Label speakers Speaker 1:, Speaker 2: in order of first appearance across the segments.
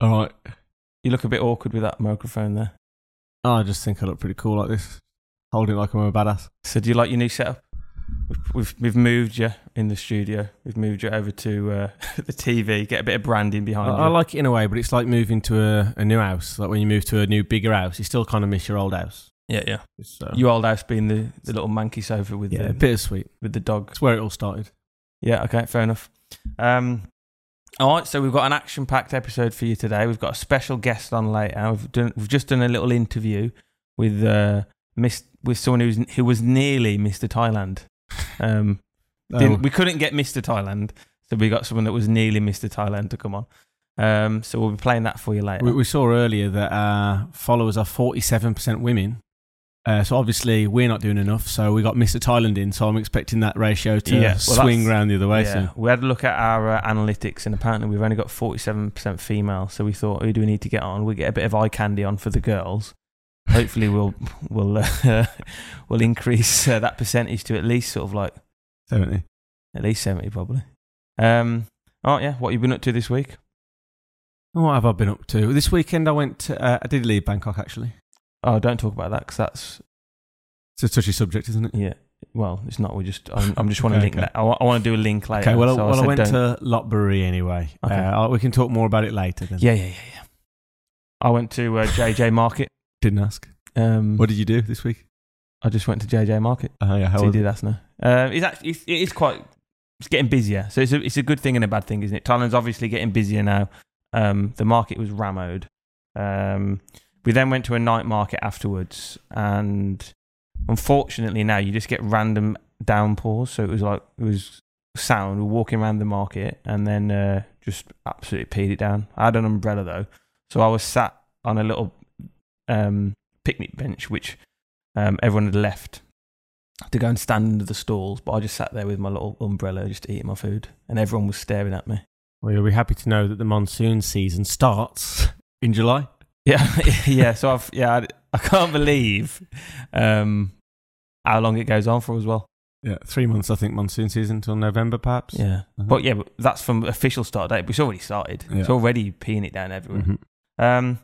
Speaker 1: All right.
Speaker 2: You look a bit awkward with that microphone there.
Speaker 1: Oh, I just think I look pretty cool like this, holding it like I'm a badass.
Speaker 2: So, do you like your new setup? We've we've, we've moved you in the studio. We've moved you over to uh, the TV. Get a bit of branding
Speaker 1: I,
Speaker 2: behind you.
Speaker 1: I like it in a way, but it's like moving to a, a new house. Like when you move to a new, bigger house, you still kind of miss your old house.
Speaker 2: yeah, yeah.
Speaker 1: So,
Speaker 2: Your old house being the, the little monkey sofa with
Speaker 1: yeah,
Speaker 2: the
Speaker 1: uh, bittersweet.
Speaker 2: with the dog.
Speaker 1: It's where it all started.
Speaker 2: Yeah, okay, fair enough. Um, all right, so we've got an action-packed episode for you today. We've got a special guest on later. We've done, we've just done a little interview with uh, Miss with someone who's who was nearly Mr. Thailand. Um, didn't-
Speaker 1: Um,
Speaker 2: we couldn't get Mr. Thailand, so we got someone that was nearly Mr. Thailand to come on. Um, so we'll be playing that for you later.
Speaker 1: we, we saw earlier that our followers are 47% women. Uh, so obviously we're not doing enough. So we got Mr. Thailand in. So I'm expecting that ratio to
Speaker 2: Yeah, well,
Speaker 1: swing
Speaker 2: that's-
Speaker 1: round the other way.
Speaker 2: yeah,
Speaker 1: soon.
Speaker 2: we had a look at our uh, analytics, and apparently we've only got forty-seven percent female. So we thought, who do we need to get on? We will get a bit of eye candy on for the girls. Hopefully, we'll we'll uh, we'll increase uh, that percentage to at least sort of like
Speaker 1: Definitely.
Speaker 2: at least seventy, probably. Um, oh yeah, what you been up to this week?
Speaker 1: What have I been up to? This weekend I went. To, uh, I did leave Bangkok actually.
Speaker 2: Oh, don't talk about that because that's
Speaker 1: It's a touchy subject, isn't it?
Speaker 2: yeah. Well, it's not. We just I'm, I'm just want to
Speaker 1: Okay,
Speaker 2: link
Speaker 1: okay.
Speaker 2: that. I want to do a link later.
Speaker 1: Okay. Well,
Speaker 2: so
Speaker 1: well, I,
Speaker 2: said
Speaker 1: went
Speaker 2: don't-
Speaker 1: to Lotbury anyway.
Speaker 2: Okay.
Speaker 1: Uh, I- we can talk more about it later. Then.
Speaker 2: yeah yeah yeah yeah. I went to uh, JJ Market.
Speaker 1: Didn't ask.
Speaker 2: Um,
Speaker 1: What did you do this week?
Speaker 2: I just went to JJ Market.
Speaker 1: Uh, yeah, how
Speaker 2: How
Speaker 1: was it?
Speaker 2: did that's now. Um, it's actually it's, it is quite. It's getting busier, so it's a it's a good thing and a bad thing, isn't it? Thailand's obviously getting busier now. Um, the market was rammed. Um, we then went to a night market afterwards, and unfortunately now you just get random downpours. So it was like it was sound. We're walking around the market, and then uh, just absolutely peed it down. I had an umbrella though, so I was sat on a little um, picnic bench, which um, everyone had left to go and stand under the stalls, but I just sat there with my little umbrella, just eating my food, and everyone was staring at me.
Speaker 1: Well, you'll be happy to know that the monsoon season starts in July.
Speaker 2: Yeah, yeah. So I've yeah, I, I can't believe um, how long it goes on for as well.
Speaker 1: Yeah, three months I think monsoon season till November perhaps. Uh-huh.
Speaker 2: Yeah, but yeah, but that's from official start date. But it's already started. It's
Speaker 1: Yeah.
Speaker 2: already peeing it down everywhere.
Speaker 1: Mhm.
Speaker 2: Um,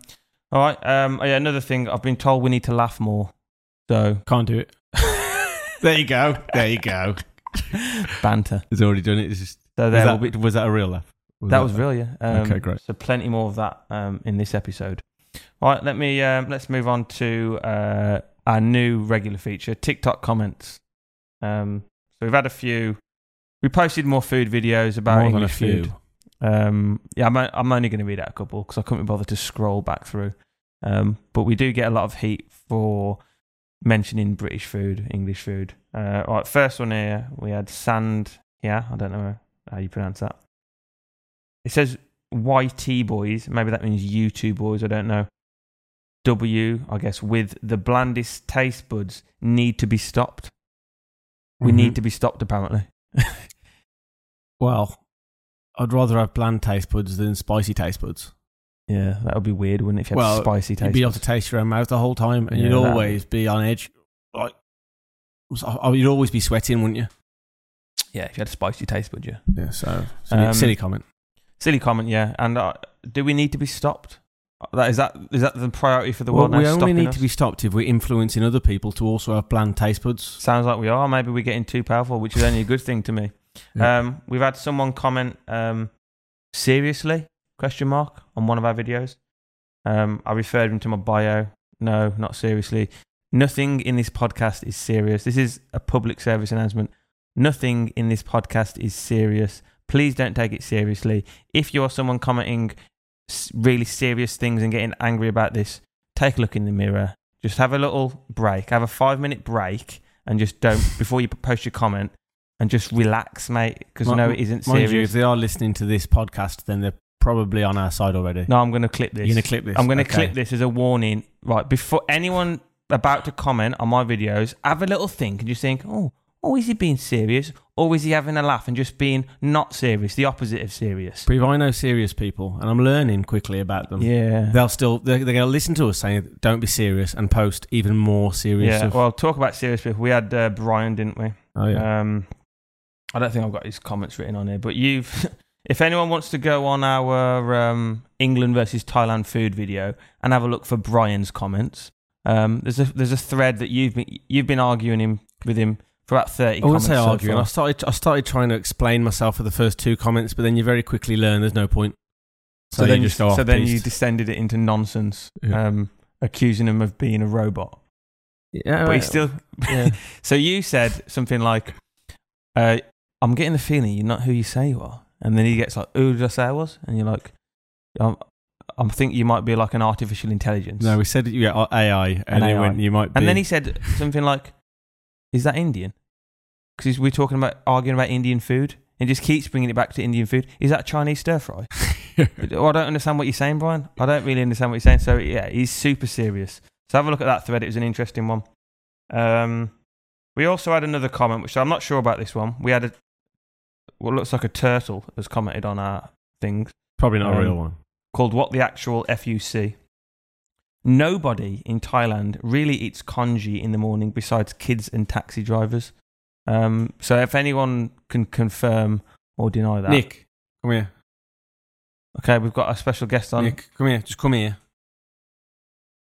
Speaker 2: all right. Um, oh yeah, another thing. I've been told we need to laugh more. So
Speaker 1: Can't do it. There you go. There you go.
Speaker 2: banter.
Speaker 1: He's already done it. It's just,
Speaker 2: So
Speaker 1: was,
Speaker 2: there
Speaker 1: that,
Speaker 2: will be
Speaker 1: was that a real laugh?
Speaker 2: that was real, yeah. Um,
Speaker 1: Okay, great.
Speaker 2: So plenty more of that um, in this episode. All right, let me um, let's move on to uh, our new regular feature, TikTok comments. Um, so we've had a few. We posted more food videos about
Speaker 1: More than a
Speaker 2: English
Speaker 1: few.
Speaker 2: food. Um, yeah, I'm, o- I'm only going to read out a couple because I couldn't be bothered to scroll back through. Um, but we do get a lot of heat for mentioning British food, English food. Uh, all right, first one here we had sand. Yeah, I don't know how you pronounce that. It says YT boys. Maybe that means you two boys. I don't know. W, I guess, with the blandest taste buds need to be stopped. We need
Speaker 1: Mhm.
Speaker 2: to be stopped, apparently.
Speaker 1: Well, I'd rather have bland taste buds than spicy taste buds.
Speaker 2: Yeah, that would be weird, wouldn't it? If you had
Speaker 1: Well,
Speaker 2: spicy taste
Speaker 1: you'd be able
Speaker 2: buds.
Speaker 1: to taste your own mouth the whole time, and
Speaker 2: Yeah,
Speaker 1: you'd
Speaker 2: that-
Speaker 1: always be on edge. Like, so- oh, you'd always be sweating, wouldn't you?
Speaker 2: yeah, if you had spicy taste buds, yeah.
Speaker 1: Yeah. So
Speaker 2: Um,
Speaker 1: silly comment.
Speaker 2: Silly comment, yeah. And uh, do we need to be stopped? Uh, That is that is that the priority for the world?
Speaker 1: Well, we
Speaker 2: now,
Speaker 1: only
Speaker 2: stopping
Speaker 1: need
Speaker 2: us?
Speaker 1: to be stopped if we're influencing other people to also have bland taste buds.
Speaker 2: Sounds like we are. Maybe we're getting too powerful, which is only a good thing to me.
Speaker 1: Yeah.
Speaker 2: Um, we've had someone comment um, seriously question mark on one of our videos. Um, I referred him to my bio. No, not seriously. Nothing in this podcast is serious. This is a public service announcement. Nothing in this podcast is serious. Please don't take it seriously. If you're someone commenting s- really serious things and getting angry about this, take a look in the mirror. Just have a little break. Have a five minute break and just don't before you p- post your comment and just relax, mate. Because
Speaker 1: Mi-
Speaker 2: no, it isn't
Speaker 1: Mind you, if
Speaker 2: serious.
Speaker 1: they are listening to this podcast, then they're probably on our side already.
Speaker 2: no, I'm going to clip this.
Speaker 1: You're gonna clip this.
Speaker 2: I'm going to
Speaker 1: Okay.
Speaker 2: clip this as a warning. Right before anyone about to comment on my videos, have a little think and just think, oh, oh, is he being serious or is he having a laugh and just being not serious, the opposite of serious?
Speaker 1: But if I know serious people, and I'm learning quickly about them,
Speaker 2: Yeah.
Speaker 1: they'll still they're, they're going to listen to us saying, "Don't be serious," and post even more serious
Speaker 2: Yeah.
Speaker 1: stuff.
Speaker 2: Well, talk about serious people. We had uh, Brian, didn't we?
Speaker 1: oh yeah.
Speaker 2: Um, I don't think I've got his comments written on here, but you've If anyone wants to go on our um, England versus Thailand food video and have a look for Brian's comments, um, there's a there's a thread that you've been you've been arguing him with him for about thirty.
Speaker 1: I wouldn't
Speaker 2: comments
Speaker 1: say
Speaker 2: so
Speaker 1: arguing. I
Speaker 2: far.
Speaker 1: started. I started trying to explain myself for the first two comments, but then you very quickly learn there's no point. So,
Speaker 2: then
Speaker 1: you just go "Oh, off.
Speaker 2: so then you
Speaker 1: piste.
Speaker 2: descended it into nonsense,
Speaker 1: Yeah.
Speaker 2: um, accusing him of being a robot.
Speaker 1: yeah,
Speaker 2: but
Speaker 1: right.
Speaker 2: he still.
Speaker 1: Yeah.
Speaker 2: Uh, So you said something like, uh, "I'm getting the feeling you're not who you say you are," and then he gets like, "Who did I say I was?" And you're like, "I'm, I'm think you might be like an artificial intelligence."
Speaker 1: no, we said yeah uh, AI,
Speaker 2: An
Speaker 1: and he
Speaker 2: AI.
Speaker 1: went. You might. Be.
Speaker 2: and then he said something like, "Is that Indian?" Because we're talking about arguing about Indian food, and just keeps bringing it back to Indian food. Is that Chinese stir fry? Well, I don't understand what you're saying, Brian. I don't really understand what you're saying. So yeah, he's super serious. So have a look at that thread. It was an interesting one. Um, we also had another comment, which I'm not sure about this one. We had a what looks like a turtle has commented on our things
Speaker 1: probably not a
Speaker 2: Um,
Speaker 1: real one.
Speaker 2: called "What the Actual FUC." Nobody in Thailand really eats congee in the morning besides kids and taxi drivers. Um, so if anyone can confirm or deny that,
Speaker 1: Nick, come here.
Speaker 2: okay, we've got a special guest on.
Speaker 1: Nick, come here. Just come here.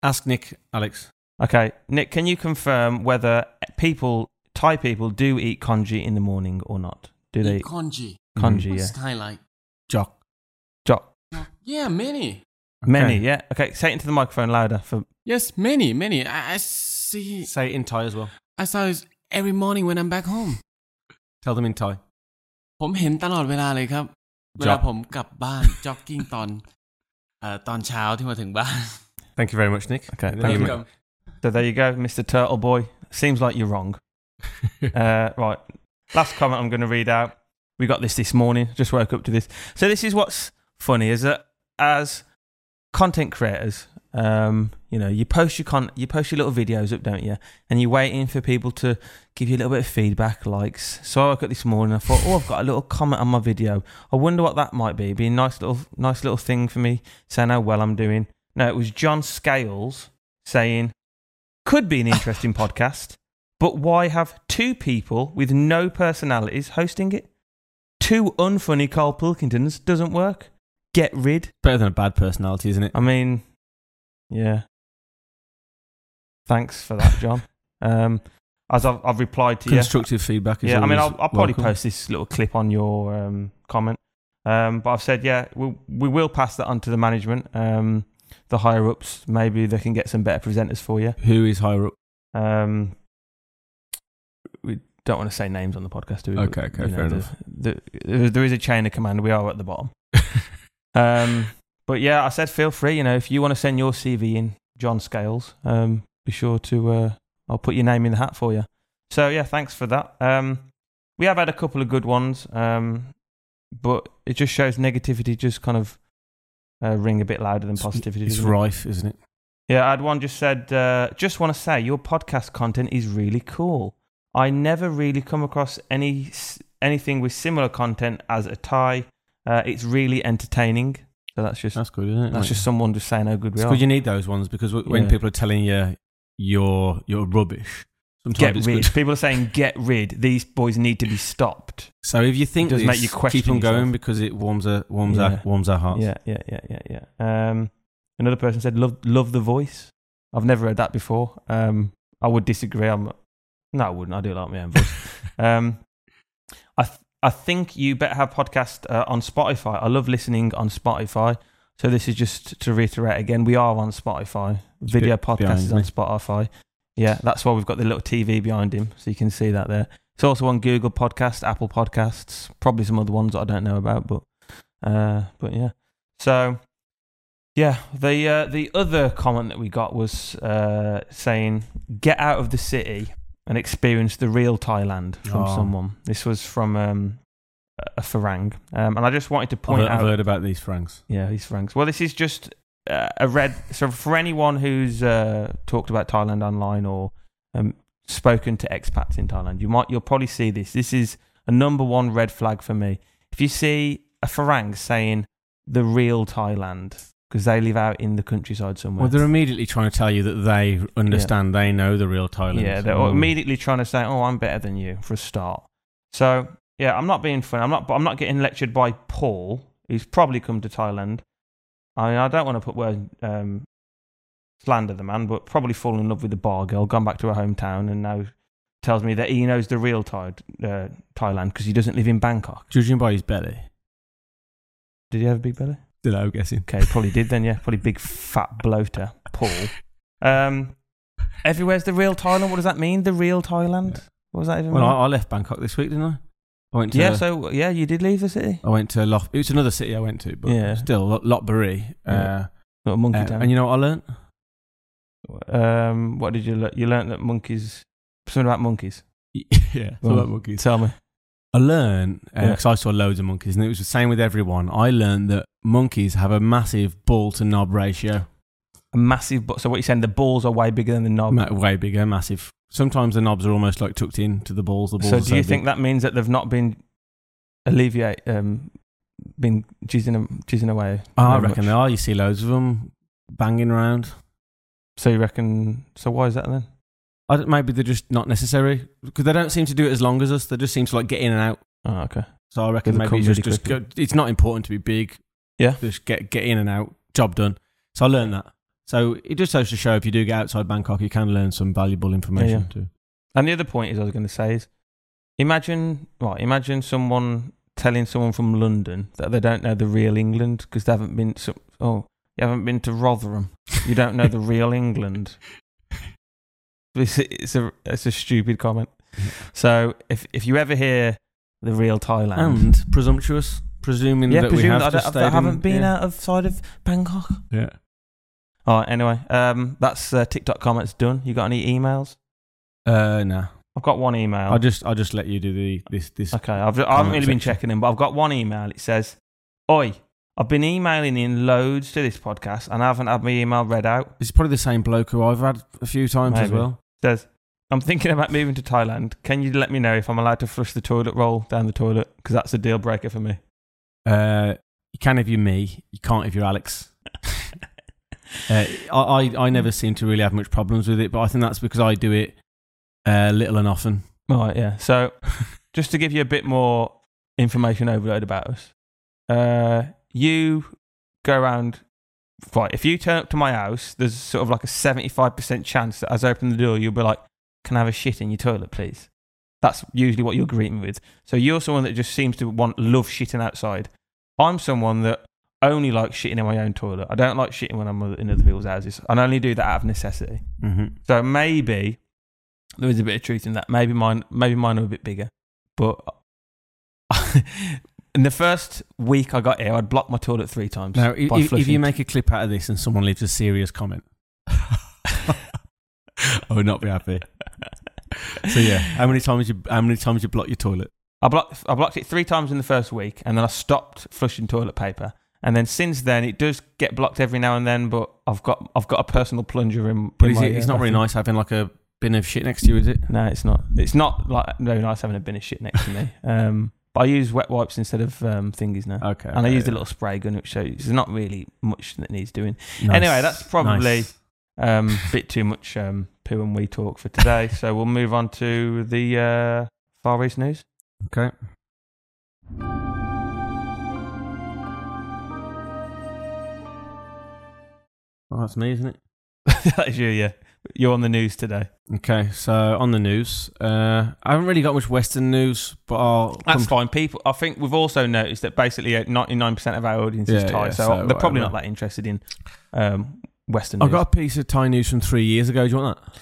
Speaker 1: Ask Nick, Alex.
Speaker 2: Okay, Nick, can you confirm whether people Thai people do eat congee in the morning or not? Do they
Speaker 3: Eat
Speaker 2: eat
Speaker 3: congee.
Speaker 2: congee? Yeah,
Speaker 3: What's Thai like?
Speaker 1: Jock.
Speaker 2: Jo-
Speaker 3: Yeah, many.
Speaker 2: many.
Speaker 1: Okay.
Speaker 2: Yeah. Okay, say it into the microphone louder for
Speaker 3: Yes, many, many. I, I see.
Speaker 1: Say it in Thai as well.
Speaker 3: I saw it every morning when I'm back home.
Speaker 1: Tell them in Thai.
Speaker 3: ผมเห็นตลอดเวลาเลยครับ เวลาผมกลับบ้าน จ็อกกิ้งตอนเอ่อตอนเช้าที่มาถึงบ้าน
Speaker 1: Thank you very much, Nick.
Speaker 2: Okay,
Speaker 1: And
Speaker 2: thank
Speaker 1: then
Speaker 2: you,
Speaker 1: you
Speaker 2: mate.
Speaker 1: ma-
Speaker 2: So there you go, Mr. Turtle Boy. Seems like you're wrong. uh, right. Last comment I'm going to read out. We got this this morning. Just woke up to this. So this is what's funny is that as content creators, um, you know, you post your con, you post your little videos up, don't you? And you're waiting for people to give you a little bit of feedback, likes. So I woke up this morning. I thought, oh, I've got a little comment on my video. I wonder what that might be. It'd be a nice little, nice little thing for me saying how well I'm doing. No, it was John Scales saying, could be an interesting podcast, but why have two people with no personalities hosting it? Two unfunny Carl Pilkingtons doesn't work. Get rid.
Speaker 1: Better than a bad personality, isn't it?
Speaker 2: I mean, yeah. Thanks for that, John. um, as I've, I've replied to you,
Speaker 1: Constructive feedback is
Speaker 2: yeah, I mean, I'll,
Speaker 1: always
Speaker 2: I'll probably
Speaker 1: welcome.
Speaker 2: post this little clip on your um, comment. Um, but I've said, yeah, we, we will pass that on to the management, um, the higher ups. Maybe they can get some better presenters for you.
Speaker 1: Who is higher up?
Speaker 2: Um, we don't want to say names on the podcast, do we?
Speaker 1: Okay, okay,
Speaker 2: You know,
Speaker 1: fair
Speaker 2: the-
Speaker 1: enough.
Speaker 2: the- there- there is a chain of command. We are at the bottom. Um, but yeah, I said feel free. You know, if you want to send your CV in, John Scales, um, be sure to. Uh, I'll put your name in the hat for you. So yeah, thanks for that. Um, we have had a couple of good ones, um, but it just shows negativity just kind of uh, ring a bit louder than positivity.
Speaker 1: It's
Speaker 2: doesn't it?
Speaker 1: rife, isn't it?
Speaker 2: Yeah, I had one just said, uh, just want to say your podcast content is really cool. I never really come across any anything with similar content as a tie. Uh, it's really entertaining. So that's just that's,
Speaker 1: That's good, isn't it? mate?
Speaker 2: just someone just saying how good we
Speaker 1: It's
Speaker 2: are.
Speaker 1: good you need those ones because w- when
Speaker 2: Yeah.
Speaker 1: people are telling you you're you're rubbish, sometimes
Speaker 2: get
Speaker 1: it's
Speaker 2: rid.
Speaker 1: good.
Speaker 2: People are saying get rid. These boys need to be stopped.
Speaker 1: So if you think
Speaker 2: It does
Speaker 1: this,
Speaker 2: make you question
Speaker 1: keep on going
Speaker 2: yourself.
Speaker 1: because it warms our warms
Speaker 2: Yeah.
Speaker 1: our warms our hearts.
Speaker 2: Yeah, yeah, yeah, yeah, yeah. Um, another person said love love the voice. I've never heard that before. Um, I would disagree. I'm no, I wouldn't. I do like my own voice. Um, I th- I think you better have podcast uh, on Spotify. I love listening on Spotify. So this is just to reiterate again, we are on Spotify. Video
Speaker 1: bit
Speaker 2: podcast
Speaker 1: behind
Speaker 2: is on
Speaker 1: me.
Speaker 2: Spotify. Yeah, that's why we've got the little TV behind him, so you can see that there. It's also on Google Podcast, Apple Podcasts, probably some other ones that I don't know about, but uh, but yeah. So yeah, the uh, the other comment that we got was uh, saying get out of the city and experience the real Thailand from
Speaker 1: Oh.
Speaker 2: someone. This was from um, a- a Farang, um, and I just wanted to
Speaker 1: I've,
Speaker 2: point
Speaker 1: I've
Speaker 2: out.
Speaker 1: heard about these franks.
Speaker 2: Yeah, he's Franks. Well, this is just uh, a red. So for anyone who's uh, talked about Thailand online or um, spoken to expats in Thailand, you might you'll probably see this. This is a number one red flag for me. If you see a Farang saying the real Thailand because they live out in the countryside somewhere.
Speaker 1: Well, they're immediately trying to tell you that they understand, they know the real Thailand.
Speaker 2: Yeah, they're
Speaker 1: Mm.
Speaker 2: immediately trying to say, "Oh, I'm better than you" for a start. So Yeah, I'm not being funny. I'm not. I'm not getting lectured by Paul. He's probably come to Thailand. I mean, I don't want to put word um, slander the man, but probably fallen in love with the bar girl, gone back to her hometown, and now tells me that he knows the real Thai, uh, Thailand because he doesn't live in Bangkok.
Speaker 1: Judging by his belly.
Speaker 2: Did he have a big belly?
Speaker 1: Don't know, I'm guessing.
Speaker 2: Okay, probably did then. Yeah, probably big fat bloater, Paul. Um, everywhere's the real Thailand. What does that mean? The real Thailand. What does that even
Speaker 1: Well,
Speaker 2: mean?
Speaker 1: I, I left Bangkok this week, didn't I? I went to
Speaker 2: yeah, so yeah, you did leave the city.
Speaker 1: I went to Loth. It was another city I went to, but
Speaker 2: Yeah.
Speaker 1: still Lot, Lopburi. Uh,
Speaker 2: Little monkey
Speaker 1: uh,
Speaker 2: town.
Speaker 1: and you know what I learnt?
Speaker 2: um, what did you learn? You learned that monkeys. Something about monkeys.
Speaker 1: yeah,
Speaker 2: Well,
Speaker 1: about monkeys.
Speaker 2: Tell me.
Speaker 1: I learned
Speaker 2: Yeah.
Speaker 1: because I saw loads of monkeys, and it was the same with everyone. I learned that monkeys have a massive ball to knob ratio,
Speaker 2: A massive. But so what you're saying? The balls are way bigger than the knob.
Speaker 1: Ma- way bigger, massive. Sometimes the knobs are almost like tucked in to the balls. The balls.
Speaker 2: so
Speaker 1: are
Speaker 2: do you
Speaker 1: big.
Speaker 2: think that means that they've not been alleviate um been jizzing jizzing away?
Speaker 1: Oh, I
Speaker 2: very
Speaker 1: reckon
Speaker 2: much?
Speaker 1: they are. You see loads of them banging around.
Speaker 2: So you reckon? So why is that then?
Speaker 1: I don't- maybe they're just not necessary because they don't seem to do it as long as us. They just seem to like get in and out.
Speaker 2: Oh, okay.
Speaker 1: So I reckon
Speaker 2: They
Speaker 1: maybe
Speaker 2: come
Speaker 1: just,
Speaker 2: really
Speaker 1: just go, it's not important to be big.
Speaker 2: Yeah.
Speaker 1: Just get get in and out. Job done. So I learned that. So it just goes to show if you do get outside Bangkok, you can learn some valuable information
Speaker 2: yeah.
Speaker 1: too.
Speaker 2: And the other point is I was going to say is, imagine right, imagine someone telling someone from London that they don't know the real England because they haven't been so, oh you haven't been to Rotherham, you don't know the real England. It's a, it's a it's a stupid comment. So if if you ever hear the real Thailand,
Speaker 1: And presumptuous, presuming
Speaker 2: yeah,
Speaker 1: that we
Speaker 2: presume
Speaker 1: have
Speaker 2: that I,
Speaker 1: just
Speaker 2: don't-
Speaker 1: stayed
Speaker 2: I
Speaker 1: in-
Speaker 2: haven't been
Speaker 1: yeah.
Speaker 2: out of side of Bangkok.
Speaker 1: Yeah.
Speaker 2: All right, anyway, um, that's uh, TikTok comments done. You got any emails?
Speaker 1: Uh, no,
Speaker 2: I've got one email.
Speaker 1: I'll just I'll just let you do the this this.
Speaker 2: Okay, I've, I haven't
Speaker 1: Comment
Speaker 2: really been
Speaker 1: section.
Speaker 2: checking them, but I've got one email. It says, Oi, I've been emailing in loads to this podcast and I haven't had my email read out.
Speaker 1: It's probably the same bloke who I've had a few times as
Speaker 2: Maybe.
Speaker 1: well.
Speaker 2: It says, I'm thinking about moving to Thailand. Can you let me know if I'm allowed to flush the toilet roll down the toilet? Because that's a deal breaker for me.
Speaker 1: Uh, you can if you're me. You can't if you're Alex. Uh, I, I I never seem to really have much problems with it, but I think that's because I do it uh, little and often.
Speaker 2: All right, yeah. So, just to give you a bit more information overload about us, uh, you go around. Right, if you turn up to my house, there's sort of like a 75% chance that as I open the door, you'll be like, Can I have a shit in your toilet, please? That's usually what you're greeting with. So, you're someone that just seems to want love shitting outside. I'm someone that only likes shitting in my own toilet. I don't like shitting when I'm in other people's houses. I only do that out of necessity.
Speaker 1: Mm-hmm.
Speaker 2: So maybe there is a bit of truth in that. Maybe mine, maybe mine are a bit bigger. But in the first week I got here, I'd blocked my toilet three times.
Speaker 1: Now,
Speaker 2: by
Speaker 1: if, if
Speaker 2: flushing.
Speaker 1: you make a clip out of this and someone leaves a serious comment, I would not be happy. So yeah, how many times you how many times you block your toilet?
Speaker 2: I blocked, I blocked it three times in the first week, and then I stopped flushing toilet paper. And then since then, it does get blocked every now and then. But I've got, I've got a personal plunger in.
Speaker 1: But
Speaker 2: in
Speaker 1: is
Speaker 2: my,
Speaker 1: it, it's
Speaker 2: uh,
Speaker 1: not really
Speaker 2: bathroom.
Speaker 1: nice having like a bin of shit next to you, is it?
Speaker 2: No, it's not. It's not like very nice having a bin of shit next to me. um, but I use wet wipes instead of um, thingies now.
Speaker 1: Okay.
Speaker 2: and I
Speaker 1: okay,
Speaker 2: used a
Speaker 1: yeah.
Speaker 2: little spray gun, which shows there's not really much that needs doing.
Speaker 1: Nice,
Speaker 2: Anyway, that's probably
Speaker 1: nice.
Speaker 2: um, bit too much um, poo and wee talk for today. so we'll move on to the uh, Far East news.
Speaker 1: Okay. Oh, that's me, isn't it?
Speaker 2: that is you, yeah. You're on the news today.
Speaker 1: Okay, so on the news, uh, I haven't really got much Western news, but I'll
Speaker 2: That's
Speaker 1: come-
Speaker 2: fine. People, I think we've also noticed that basically uh, 99% of our audience is
Speaker 1: Yeah,
Speaker 2: Thai,
Speaker 1: yeah,
Speaker 2: so,
Speaker 1: so
Speaker 2: they're probably not
Speaker 1: whatever.
Speaker 2: that interested in um, Western
Speaker 1: I've
Speaker 2: news.
Speaker 1: got a piece of Thai news from three years ago. Do you want that?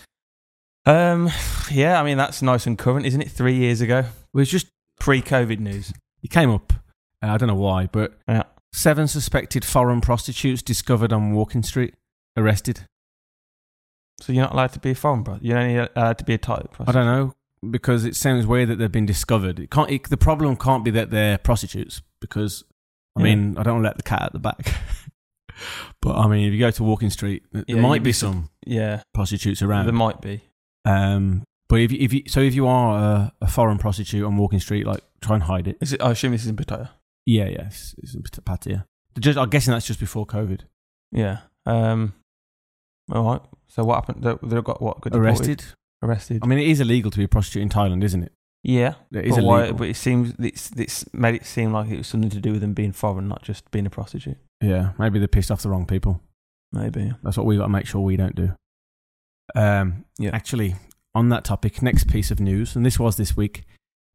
Speaker 2: um, yeah, I mean that's nice and current, isn't it? Three years ago,
Speaker 1: It was just
Speaker 2: pre-COVID news.
Speaker 1: it came up. Uh, I don't know why, but
Speaker 2: Yeah.
Speaker 1: seven suspected foreign prostitutes discovered on Walking Street arrested.
Speaker 2: So you're not allowed to be a foreign, brother. You're only allowed to be a Thai.
Speaker 1: I don't know because it sounds weird that they've been discovered. It can't. It, the problem can't be that they're prostitutes because I
Speaker 2: Yeah.
Speaker 1: mean I don't want to let the cat out the back. but I mean, if you go to Walking Street, there
Speaker 2: Yeah,
Speaker 1: might
Speaker 2: you'd
Speaker 1: be
Speaker 2: be sur-
Speaker 1: some
Speaker 2: Yeah,
Speaker 1: prostitutes around.
Speaker 2: there might be.
Speaker 1: Um, but if you, if you, so if you are a, a foreign prostitute on Walking Street, like try and hide it.
Speaker 2: Is it? I assume this is in Pattaya.
Speaker 1: Yeah, yeah, it's, it's in Pat- Pattaya. Just, I'm guessing that's just before COVID.
Speaker 2: Yeah. Um. All right. So what happened? They, they got what? Got deported?
Speaker 1: Arrested. Um,
Speaker 2: Arrested.
Speaker 1: I mean, it is illegal to be a prostitute in Thailand, isn't it?
Speaker 2: Yeah,
Speaker 1: It is
Speaker 2: but,
Speaker 1: illegal.
Speaker 2: why, but it seems it's, it's made it seem like it was something to do with them being foreign, not just being a prostitute.
Speaker 1: yeah, maybe they pissed off the wrong people.
Speaker 2: Maybe.
Speaker 1: That's what we got to make sure we don't do. Um,
Speaker 2: Yeah.
Speaker 1: Actually, on that topic, next piece of news, and this was this week.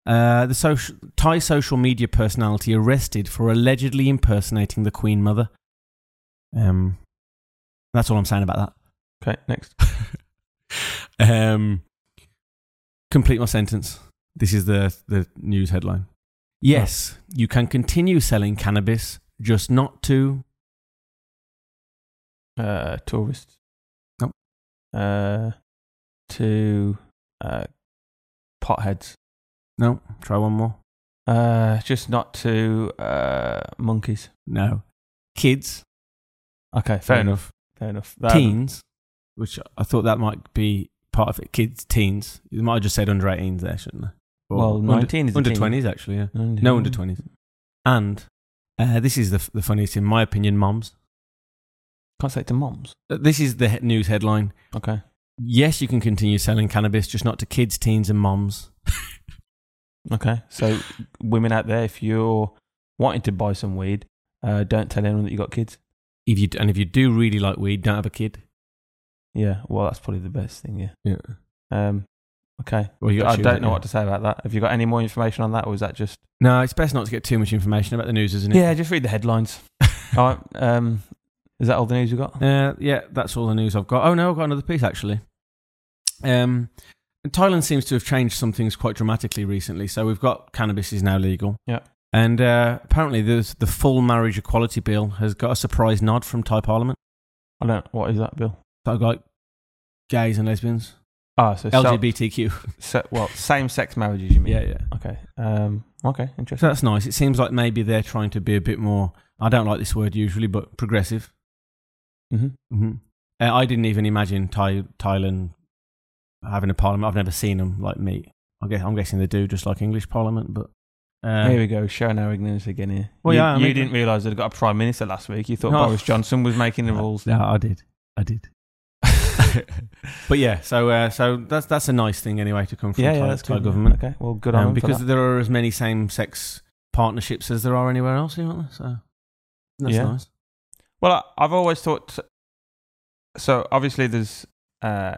Speaker 1: Uh, the social, Thai social media personality arrested for allegedly impersonating the Queen Mother. Um, that's all I'm saying about
Speaker 2: Okay, next.
Speaker 1: that. Um, complete my sentence. This is the, the news headline. Yes, you can continue selling cannabis, just not to.
Speaker 2: Uh, tourists.
Speaker 1: Nope.
Speaker 2: Uh, to uh, potheads.
Speaker 1: No, try one more.
Speaker 2: Uh, just not to uh, monkeys.
Speaker 1: No. Kids. Um,
Speaker 2: Okay, fair enough. Fair enough. That-
Speaker 1: teens, which I thought that might be part of it. Kids, teens. You might have just said under 18s there, shouldn't they? Or
Speaker 2: Well,
Speaker 1: under,
Speaker 2: nineteen is a
Speaker 1: under
Speaker 2: teen.
Speaker 1: 20s actually. Yeah, no under 20s. And uh, this is the f- the funniest, in my opinion, moms.
Speaker 2: Can't say it to moms.
Speaker 1: Uh, This is the he- news headline.
Speaker 2: Okay.
Speaker 1: Yes, you can continue selling cannabis, just not to kids, teens, and moms.
Speaker 2: Okay. So, women out there, if you're wanting to buy some weed, uh, don't tell anyone that you got kids.
Speaker 1: If you d- and if you do really like weed, don't have a kid.
Speaker 2: Yeah. Well, that's probably the best thing. Yeah.
Speaker 1: Yeah.
Speaker 2: Um. Okay.
Speaker 1: Well, you
Speaker 2: I
Speaker 1: got to choose
Speaker 2: don't know
Speaker 1: that,
Speaker 2: what to say about that. Have you got any more information on that, or is that just?
Speaker 1: yeah. No, it's best not to get too much information about the news, isn't it?
Speaker 2: Yeah. Just read the headlines. all right. Um. Is that all the news you got?
Speaker 1: Uh, yeah, that's all the news I've got. Oh no, I've got another piece actually. Um, Thailand seems to have changed some things quite dramatically recently. So we've got cannabis is now legal.
Speaker 2: Yeah.
Speaker 1: And uh, apparently, there's the full marriage equality bill has got a surprise nod from Thai Parliament.
Speaker 2: I don't. What is that, Bill?
Speaker 1: So like gays and lesbians,
Speaker 2: Ah, so sel-
Speaker 1: LGBTQ.
Speaker 2: se- well, same-sex marriages. You mean?
Speaker 1: yeah, yeah.
Speaker 2: Okay. Um. Okay. Interesting.
Speaker 1: So that's nice. It seems like maybe they're trying to be a bit more. I don't like this word usually, but progressive.
Speaker 2: Mm-hmm.
Speaker 1: hmm Uh, I didn't even imagine Thai, Thailand having a parliament. I've never seen them like me. I guess, I'm guessing they do, just like English parliament. But uh,
Speaker 2: here we go, showing our ignorance again here.
Speaker 1: Well,
Speaker 2: you,
Speaker 1: yeah, I
Speaker 2: you
Speaker 1: mean-
Speaker 2: didn't realise they'd got a prime minister last week. You thought
Speaker 1: No.
Speaker 2: Boris Johnson was making the rules.
Speaker 1: No, I did. I did. but yeah, so uh, so that's that's a nice thing anyway to come from
Speaker 2: yeah,
Speaker 1: Thai,
Speaker 2: yeah, that's
Speaker 1: Thai
Speaker 2: good.
Speaker 1: government
Speaker 2: Okay, well, good
Speaker 1: Um,
Speaker 2: on them for
Speaker 1: because
Speaker 2: that.
Speaker 1: there are as many same-sex partnerships as there are anywhere else, here, aren't there? So that's
Speaker 2: Yeah.
Speaker 1: nice.
Speaker 2: Well, I, I've always thought. So obviously, there's uh,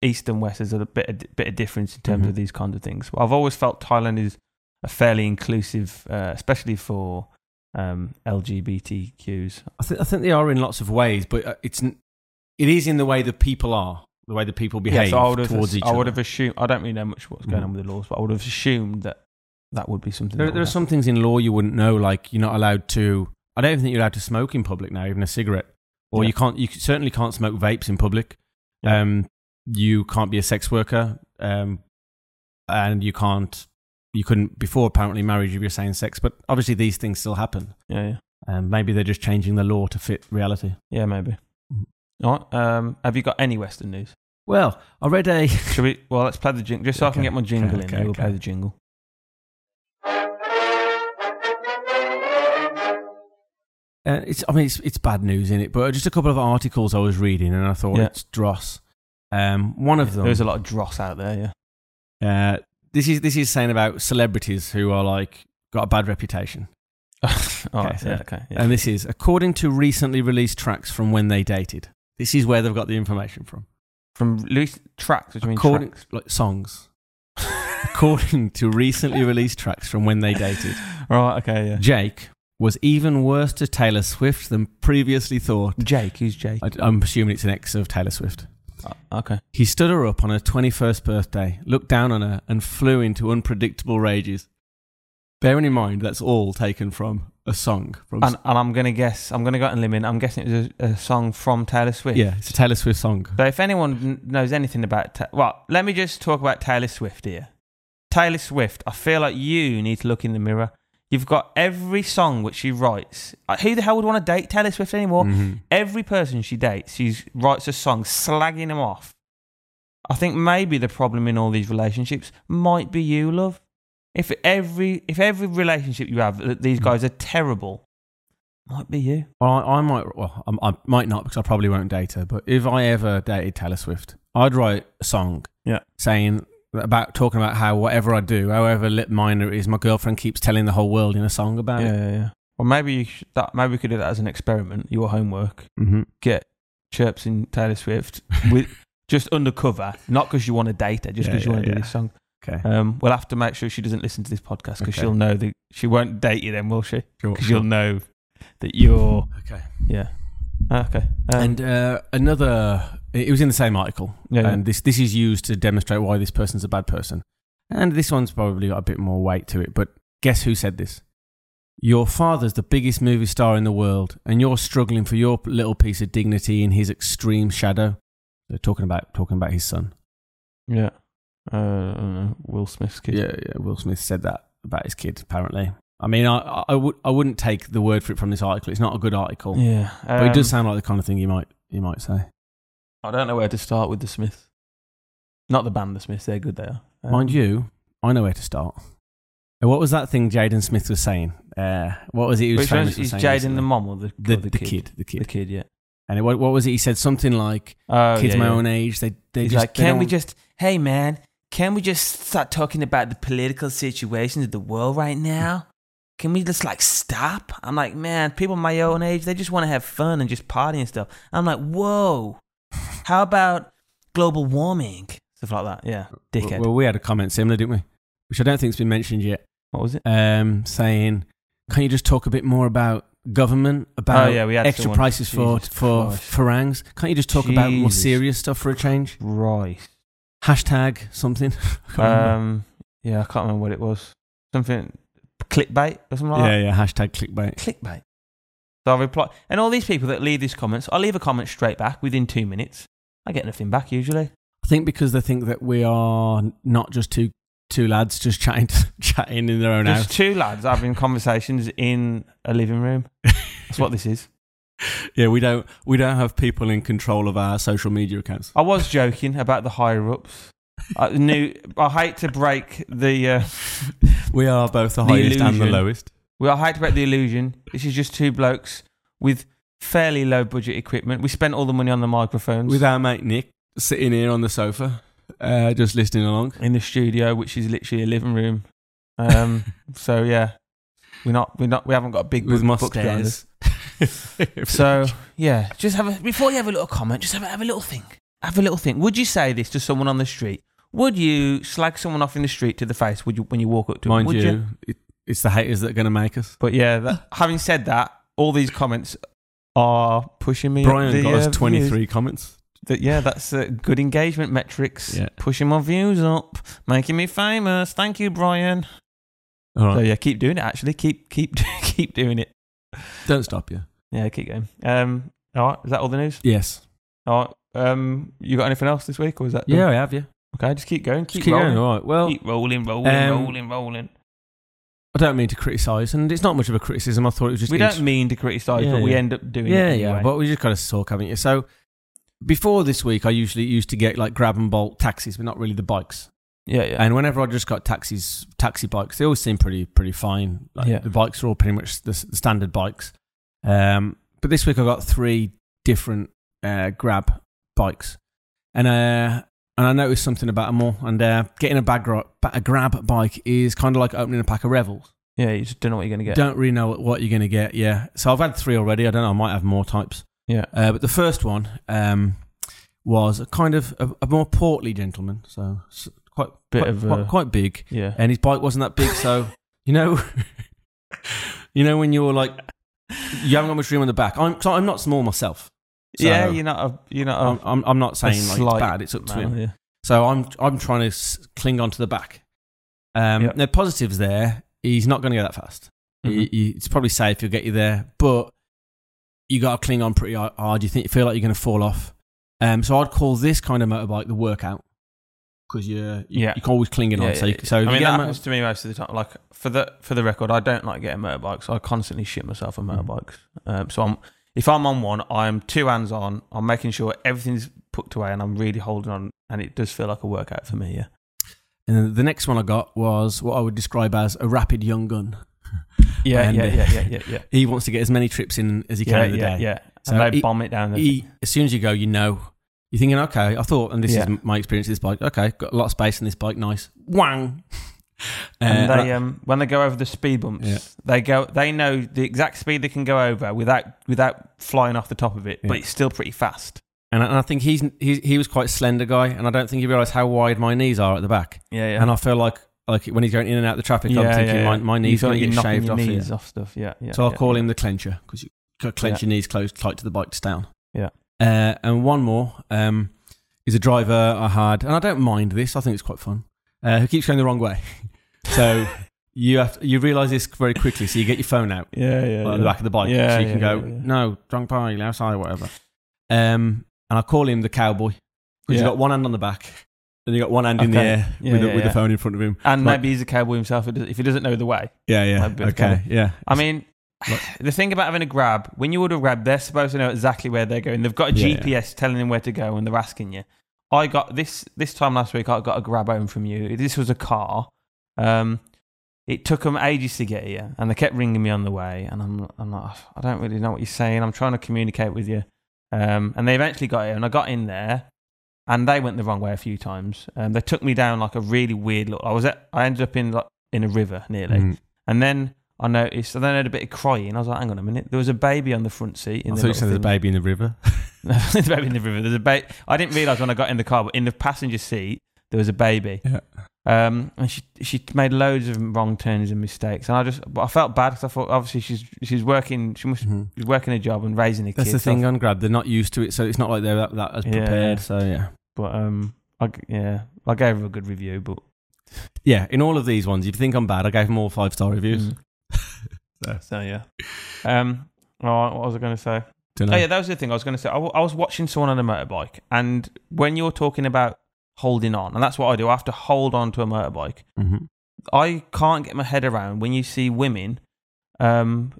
Speaker 2: east and west. There's a bit of, bit of difference in terms
Speaker 1: Mhm.
Speaker 2: of these kinds of things. Well, I've always felt Thailand is a fairly inclusive, uh, especially for um, LGBTQs.
Speaker 1: I, th- I think they are in lots of ways, but uh, it's n- it is in the way the people are, the way the people behave
Speaker 2: so I would have,
Speaker 1: towards each
Speaker 2: I would
Speaker 1: other.
Speaker 2: have
Speaker 1: Mm-hmm.
Speaker 2: assumed. I don't really know much what's going on with the laws, but I would have assumed that that would be something.
Speaker 1: There,
Speaker 2: that
Speaker 1: there
Speaker 2: would
Speaker 1: are
Speaker 2: happen.
Speaker 1: some things in law you wouldn't know, like you're not allowed to. I don't even think you're allowed to smoke in public now, even a cigarette, or
Speaker 2: Yeah.
Speaker 1: you can't. You c- certainly can't smoke vapes in public.
Speaker 2: Yeah.
Speaker 1: Um, you can't be a sex worker, um, and you can't. You couldn't before apparently marriage if you're saying sex, but obviously these things still happen.
Speaker 2: Yeah, yeah.
Speaker 1: Um, maybe they're just changing the law to fit reality.
Speaker 2: Yeah, maybe.
Speaker 1: Mhm.
Speaker 2: All right. Um, have you got any Western news?
Speaker 1: Well, I read a
Speaker 2: Should we? Well, let's play the jingle. Just so I can
Speaker 1: Okay,
Speaker 2: get my jingle
Speaker 1: okay,
Speaker 2: in, we'll
Speaker 1: okay.
Speaker 2: play the jingle.
Speaker 1: Uh, it's, I mean, it's, it's bad news in it, but just a couple of articles I was reading, and I thought
Speaker 2: Yeah.
Speaker 1: it's dross. Um, one of them.
Speaker 2: There's a lot of dross out there. Yeah.
Speaker 1: uh, this is this is saying about celebrities who are like got a bad reputation,
Speaker 2: All
Speaker 1: Okay,
Speaker 2: right.
Speaker 1: so-
Speaker 2: yeah, okay. Yeah.
Speaker 1: and this is according to recently released tracks from when they dated. This is where they've got the information from.
Speaker 2: From loose tracks, which means
Speaker 1: According
Speaker 2: tracks.
Speaker 1: like songs, according to recently released tracks from when they dated,
Speaker 2: Right. Okay. Yeah.
Speaker 1: Jake was even worse to Taylor Swift than previously thought.
Speaker 2: Jake. Who's Jake?
Speaker 1: I, I'm assuming it's an ex of Taylor Swift.
Speaker 2: Uh, okay.
Speaker 1: He stood her up on her 21st birthday, looked down on her, and flew into unpredictable rages. Bearing in mind, that's all taken from a song. From
Speaker 2: And, and I'm gonna guess. I'm gonna go out and limit. I'm guessing it was a, a song from Taylor Swift.
Speaker 1: yeah, it's a Taylor Swift song.
Speaker 2: So if anyone n- knows anything about, Ta- well, let me just talk about Taylor Swift here. Taylor Swift, I feel like you need to look in the mirror. You've got every song which she writes. Uh, Who the hell would want to date Taylor Swift anymore? Every person she dates, she writes a song slagging them off. I think maybe the problem in all these relationships might be you, love. If every if every relationship you have, that
Speaker 1: Hmm.
Speaker 2: these guys are terrible, might be you.
Speaker 1: Well, I, I might, well, I, I might not because I probably won't date her. But if I ever dated Taylor Swift, I'd write a song
Speaker 2: Yeah.
Speaker 1: saying about talking about how whatever I do, however lit minor it is, my girlfriend keeps telling the whole world in a song about
Speaker 2: yeah,
Speaker 1: it.
Speaker 2: yeah, yeah. Well, maybe you should, that maybe we could do that as an experiment. Your homework,
Speaker 1: Mm-hmm.
Speaker 2: get chirps in Taylor Swift with just undercover, not because you want to date her, just
Speaker 1: Yeah,
Speaker 2: because you
Speaker 1: yeah,
Speaker 2: want to
Speaker 1: yeah.
Speaker 2: do this song.
Speaker 1: Okay.
Speaker 2: Um, we'll have to make sure she doesn't listen to this podcast because
Speaker 1: Okay.
Speaker 2: she'll know that she won't date you then, will she?
Speaker 1: Sure,
Speaker 2: Because you'll know that you're
Speaker 1: Okay.
Speaker 2: yeah. Okay. Um,
Speaker 1: and uh, another, it was in the same article,
Speaker 2: Yeah, yeah.
Speaker 1: and this this is used to demonstrate why this person's a bad person. And this one's probably got a bit more weight to it, but guess who said this? Your father's the biggest movie star in the world, and you're struggling for your little piece of dignity in his extreme shadow. They're talking about talking about his son.
Speaker 2: yeah. Uh, I don't know, Will Smith's kid.
Speaker 1: Yeah, yeah. Will Smith said that about his kid. Apparently, I mean, I I, I would I wouldn't take the word for it from this article. It's not a good article,
Speaker 2: Yeah.
Speaker 1: but it does
Speaker 2: um,
Speaker 1: sound like the kind of thing you might you might say.
Speaker 2: I don't know where to start with the Smiths. Not the band, the Smiths. They're good. They are. Um,
Speaker 1: Mind you, I know where to start. Uh, What was that thing Jaden Smith was saying? Uh, what was it he was
Speaker 2: which one
Speaker 1: famous
Speaker 2: is
Speaker 1: for saying
Speaker 2: Jaden the
Speaker 1: recently?
Speaker 2: mom or the
Speaker 1: the,
Speaker 2: or
Speaker 1: the, kid. the kid,
Speaker 2: The kid. Yeah.
Speaker 1: and it, what, what was it? He said something like,
Speaker 2: Oh,
Speaker 1: "Kids
Speaker 2: yeah,
Speaker 1: my
Speaker 2: yeah.
Speaker 1: own age, they they
Speaker 2: He's
Speaker 1: just
Speaker 2: like,
Speaker 1: they
Speaker 2: can we
Speaker 1: don't-
Speaker 2: just, hey man, can we just start talking about the political situation of the world right now? Can we just like stop? I'm like, man, people my own age, they just want to have fun and just party and stuff. I'm like, whoa, how about global warming? Stuff like that. Yeah, dickhead.
Speaker 1: Well, we had a comment similar, didn't we? Which I don't think's been mentioned yet.
Speaker 2: what was it?
Speaker 1: um, saying, "Can you just talk a bit more about government? About
Speaker 2: Oh, yeah, we had
Speaker 1: extra
Speaker 2: someone-
Speaker 1: prices for
Speaker 2: Jesus
Speaker 1: for
Speaker 2: Christ.
Speaker 1: farangs? Can't you just talk about more
Speaker 2: Jesus.
Speaker 1: serious stuff for a change?
Speaker 2: Right.
Speaker 1: Hashtag something. I can't remember.
Speaker 2: Um, yeah, I can't remember what it was. Something clickbait or something like that.
Speaker 1: yeah, yeah. Hashtag clickbait.
Speaker 2: clickbait. So I reply, and all these people that leave these comments, I leave a comment straight back within two minutes. I get nothing back usually.
Speaker 1: I think because they think that we are not just two two lads just chatting chatting in their own
Speaker 2: Just
Speaker 1: house.
Speaker 2: two lads having conversations in a living room. That's what this is.
Speaker 1: Yeah, we don't we don't have people in control of our social media accounts.
Speaker 2: I was joking about the higher ups. I knew I hate to break the uh,
Speaker 1: We are both the
Speaker 2: The
Speaker 1: highest and the
Speaker 2: illusion.
Speaker 1: lowest.
Speaker 2: we I hate to break the illusion. This is just two blokes with fairly low budget equipment. We spent all the money on the microphones
Speaker 1: With our mate Nick sitting here on the sofa, uh, just listening along.
Speaker 2: in the studio, which is literally a living room. Um, so yeah, we're not we're not we haven't got a big
Speaker 1: with
Speaker 2: book- books behind us.
Speaker 1: mustaches.
Speaker 2: So yeah, just have a before you have a little comment, just have a, have a little think. Have a little think. Would you say this to someone on the street? Would you slag someone off in the street to the face? Would you when you walk up to
Speaker 1: mind
Speaker 2: them?
Speaker 1: you,
Speaker 2: Would
Speaker 1: It, it's the haters that are going to make us.
Speaker 2: But yeah, that, having said that, all these comments are pushing me. up
Speaker 1: Brian
Speaker 2: the,
Speaker 1: got
Speaker 2: uh,
Speaker 1: us
Speaker 2: views.
Speaker 1: 23 comments.
Speaker 2: That- yeah, that's uh, good engagement metrics.
Speaker 1: Yeah.
Speaker 2: Pushing my views up, making me famous. Thank you, Brian.
Speaker 1: All right,
Speaker 2: So yeah, keep doing it. Actually, keep keep keep doing it.
Speaker 1: don't stop you.
Speaker 2: Yeah, keep going. Um, all right, is that all the news?
Speaker 1: Yes.
Speaker 2: All right. Um, you got anything else this week, or is that? done?
Speaker 1: Yeah, I have you.
Speaker 2: Okay, just keep going.
Speaker 1: Just
Speaker 2: Keep,
Speaker 1: keep
Speaker 2: rolling.
Speaker 1: going. All right. Well,
Speaker 2: keep rolling, rolling,
Speaker 1: Um,
Speaker 2: rolling, rolling.
Speaker 1: I don't mean to criticise, and it's not much of a criticism. I thought it was just
Speaker 2: We
Speaker 1: int-
Speaker 2: don't mean to criticise,
Speaker 1: Yeah,
Speaker 2: but we
Speaker 1: yeah.
Speaker 2: end up doing
Speaker 1: yeah,
Speaker 2: it.
Speaker 1: yeah.
Speaker 2: anyway.
Speaker 1: But we just got to talk, haven't you? So before this week, I usually used to get like grab and bolt taxis, but not really the bikes.
Speaker 2: yeah, yeah.
Speaker 1: And whenever I just got taxis, taxi bikes, they always seem pretty pretty fine. Like,
Speaker 2: Yeah.
Speaker 1: The bikes are all pretty much the, s- the standard bikes. Um, but this week I got three different uh, grab bikes, and uh, and I noticed something about them all. And uh, getting a bag ro- ba- a grab bike is kind of like opening a pack of Revels.
Speaker 2: yeah, you just don't know what you're gonna get.
Speaker 1: Don't really know what- what you're going to get. Yeah. So I've had three already. I don't know. I might have more types.
Speaker 2: Yeah.
Speaker 1: Uh, but the first one um, was a kind of a, a more portly gentleman. So. s Quite,
Speaker 2: Bit
Speaker 1: quite,
Speaker 2: of a-
Speaker 1: quite, quite big,
Speaker 2: Yeah.
Speaker 1: and his bike wasn't that big. So you know, you know when you're like, you haven't got much room on the back. I'm, cause I'm not small myself. So,
Speaker 2: yeah, you're not a you're not Oh. a,
Speaker 1: I'm, I'm, I'm not saying like it's
Speaker 2: slight
Speaker 1: bad. It's up to
Speaker 2: man,
Speaker 1: him.
Speaker 2: yeah.
Speaker 1: So I'm, I'm trying to s- cling onto the back. Um,
Speaker 2: Yeah.
Speaker 1: The positives there, he's not going to go that fast. He-
Speaker 2: Mm-hmm.
Speaker 1: he- it's probably safe. He'll get you there, but you got to cling on pretty har- hard. You think you feel like you're going to fall off. Um, so I'd call this kind of motorbike the workout because you're, you,
Speaker 2: Yeah.
Speaker 1: you're always clinging on.
Speaker 2: Yeah,
Speaker 1: so,
Speaker 2: yeah,
Speaker 1: you, so if
Speaker 2: Mm-hmm. I
Speaker 1: you
Speaker 2: mean,
Speaker 1: get a
Speaker 2: that
Speaker 1: mo-
Speaker 2: happens to me most of the time. Like for the for the record, I don't like getting motorbikes. I constantly shit myself on
Speaker 1: Mm-hmm.
Speaker 2: motorbikes. Um, so I'm if I'm on one, I'm two hands on. I'm making sure everything's put away, and I'm really holding on. And it does feel like a workout for me. Yeah.
Speaker 1: And then the next one I got was what I would describe as a rapid young gun.
Speaker 2: Yeah,
Speaker 1: And,
Speaker 2: yeah,
Speaker 1: uh,
Speaker 2: yeah, yeah, yeah, yeah.
Speaker 1: He wants to get as many trips in as he
Speaker 2: yeah,
Speaker 1: can in the
Speaker 2: yeah,
Speaker 1: day.
Speaker 2: yeah.
Speaker 1: So
Speaker 2: and they
Speaker 1: he-
Speaker 2: bomb it down. the
Speaker 1: He, as soon as you go, you know You're thinking, okay, I thought, and this
Speaker 2: Yeah.
Speaker 1: is m- my experience with this bike. Okay, got a lot of space in this bike. Nice. Wang. Uh,
Speaker 2: and
Speaker 1: and I-
Speaker 2: they, um, when they go over the speed bumps,
Speaker 1: Yeah.
Speaker 2: they go. They know the exact speed they can go over without without flying off the top of it, but
Speaker 1: Yeah.
Speaker 2: it's still pretty fast.
Speaker 1: And I, and I think he's he, he was quite a slender guy, and I don't think he realised how wide my knees are at the back.
Speaker 2: Yeah,
Speaker 1: And I feel like like when he's going in and out of the traffic, I'm thinking My, my
Speaker 2: You
Speaker 1: knees
Speaker 2: feel
Speaker 1: going
Speaker 2: like you're
Speaker 1: to get
Speaker 2: knocking
Speaker 1: shaved
Speaker 2: your
Speaker 1: off
Speaker 2: knees
Speaker 1: here.
Speaker 2: off stuff. Yeah, yeah.
Speaker 1: so I'll
Speaker 2: yeah.
Speaker 1: call him the clencher because you c- clench
Speaker 2: Yeah.
Speaker 1: your knees close tight to the bike to stay on.
Speaker 2: Yeah.
Speaker 1: Uh, and one more um, is a driver I had, and I don't mind this. I think it's quite fun. Uh, who keeps going the wrong way? so you have to, you realise this very quickly. So you get your phone out
Speaker 2: Yeah, yeah.
Speaker 1: like,
Speaker 2: yeah.
Speaker 1: at the back of the bike.
Speaker 2: Yeah,
Speaker 1: so you
Speaker 2: yeah,
Speaker 1: can go,
Speaker 2: yeah, yeah.
Speaker 1: no, drunk pie, left side, whatever. Um, and I call him the cowboy because
Speaker 2: Yeah.
Speaker 1: you got one hand on the back and you got one hand in the
Speaker 2: Okay.
Speaker 1: air
Speaker 2: Yeah,
Speaker 1: with,
Speaker 2: yeah,
Speaker 1: the, with
Speaker 2: yeah.
Speaker 1: the phone in front of him.
Speaker 2: And
Speaker 1: Like-
Speaker 2: maybe he's a cowboy himself if he does- if he doesn't know the way.
Speaker 1: Yeah, yeah.
Speaker 2: Like a bit of
Speaker 1: Okay, yeah.
Speaker 2: I mean,
Speaker 1: Like-
Speaker 2: the thing about having a grab, when you order a grab, they're supposed to know exactly where they're going. They've got a
Speaker 1: Yeah, yeah.
Speaker 2: GPS telling them where to go and they're asking you. I got this this time last week, I got a grab home from you. This was a car. Um, it took them ages to get here and they kept ringing me on the way. And I'm, I'm like, "Oh, I don't really know what you're saying. I'm trying to communicate with you. Um, and they eventually got here and I got in there and they went the wrong way a few times. Um, they took me down like a really weird look. I was at, I ended up in like, in a river nearly.
Speaker 1: Mm.
Speaker 2: And then I noticed, and then I heard a bit of crying. I was like, hang on a minute. There was a baby on the front seat. In
Speaker 1: I
Speaker 2: the
Speaker 1: thought you
Speaker 2: little
Speaker 1: said there's
Speaker 2: thing.
Speaker 1: a baby in the river.
Speaker 2: No, there's a baby in the river. There's a ba- I didn't realise when I got in the car, but in the passenger seat, there was a baby.
Speaker 1: Yeah.
Speaker 2: Um, and she she made loads of wrong turns and mistakes. And I just, but I felt bad because I thought, obviously, she's she's working, she must
Speaker 1: Mhm.
Speaker 2: be working a job and raising a
Speaker 1: That's
Speaker 2: kid.
Speaker 1: the
Speaker 2: so I
Speaker 1: thing on Grab. They're not used to it, so it's not like they're that, that as
Speaker 2: Yeah.
Speaker 1: prepared. So, yeah.
Speaker 2: But, um, I, g- yeah, I gave her a good review, but.
Speaker 1: Yeah, in all of these ones, you'd think I'm bad. I gave them all five star
Speaker 2: Mm.
Speaker 1: reviews.
Speaker 2: so. yeah. Um, all right, what was I going to say?
Speaker 1: Dunno.
Speaker 2: Oh yeah, that was the thing I was going to say. I wa- I was watching someone on a motorbike, and when you're talking about holding on, and that's what I do. I have to hold on to a motorbike.
Speaker 1: Mhm.
Speaker 2: I can't get my head around when you see women, um,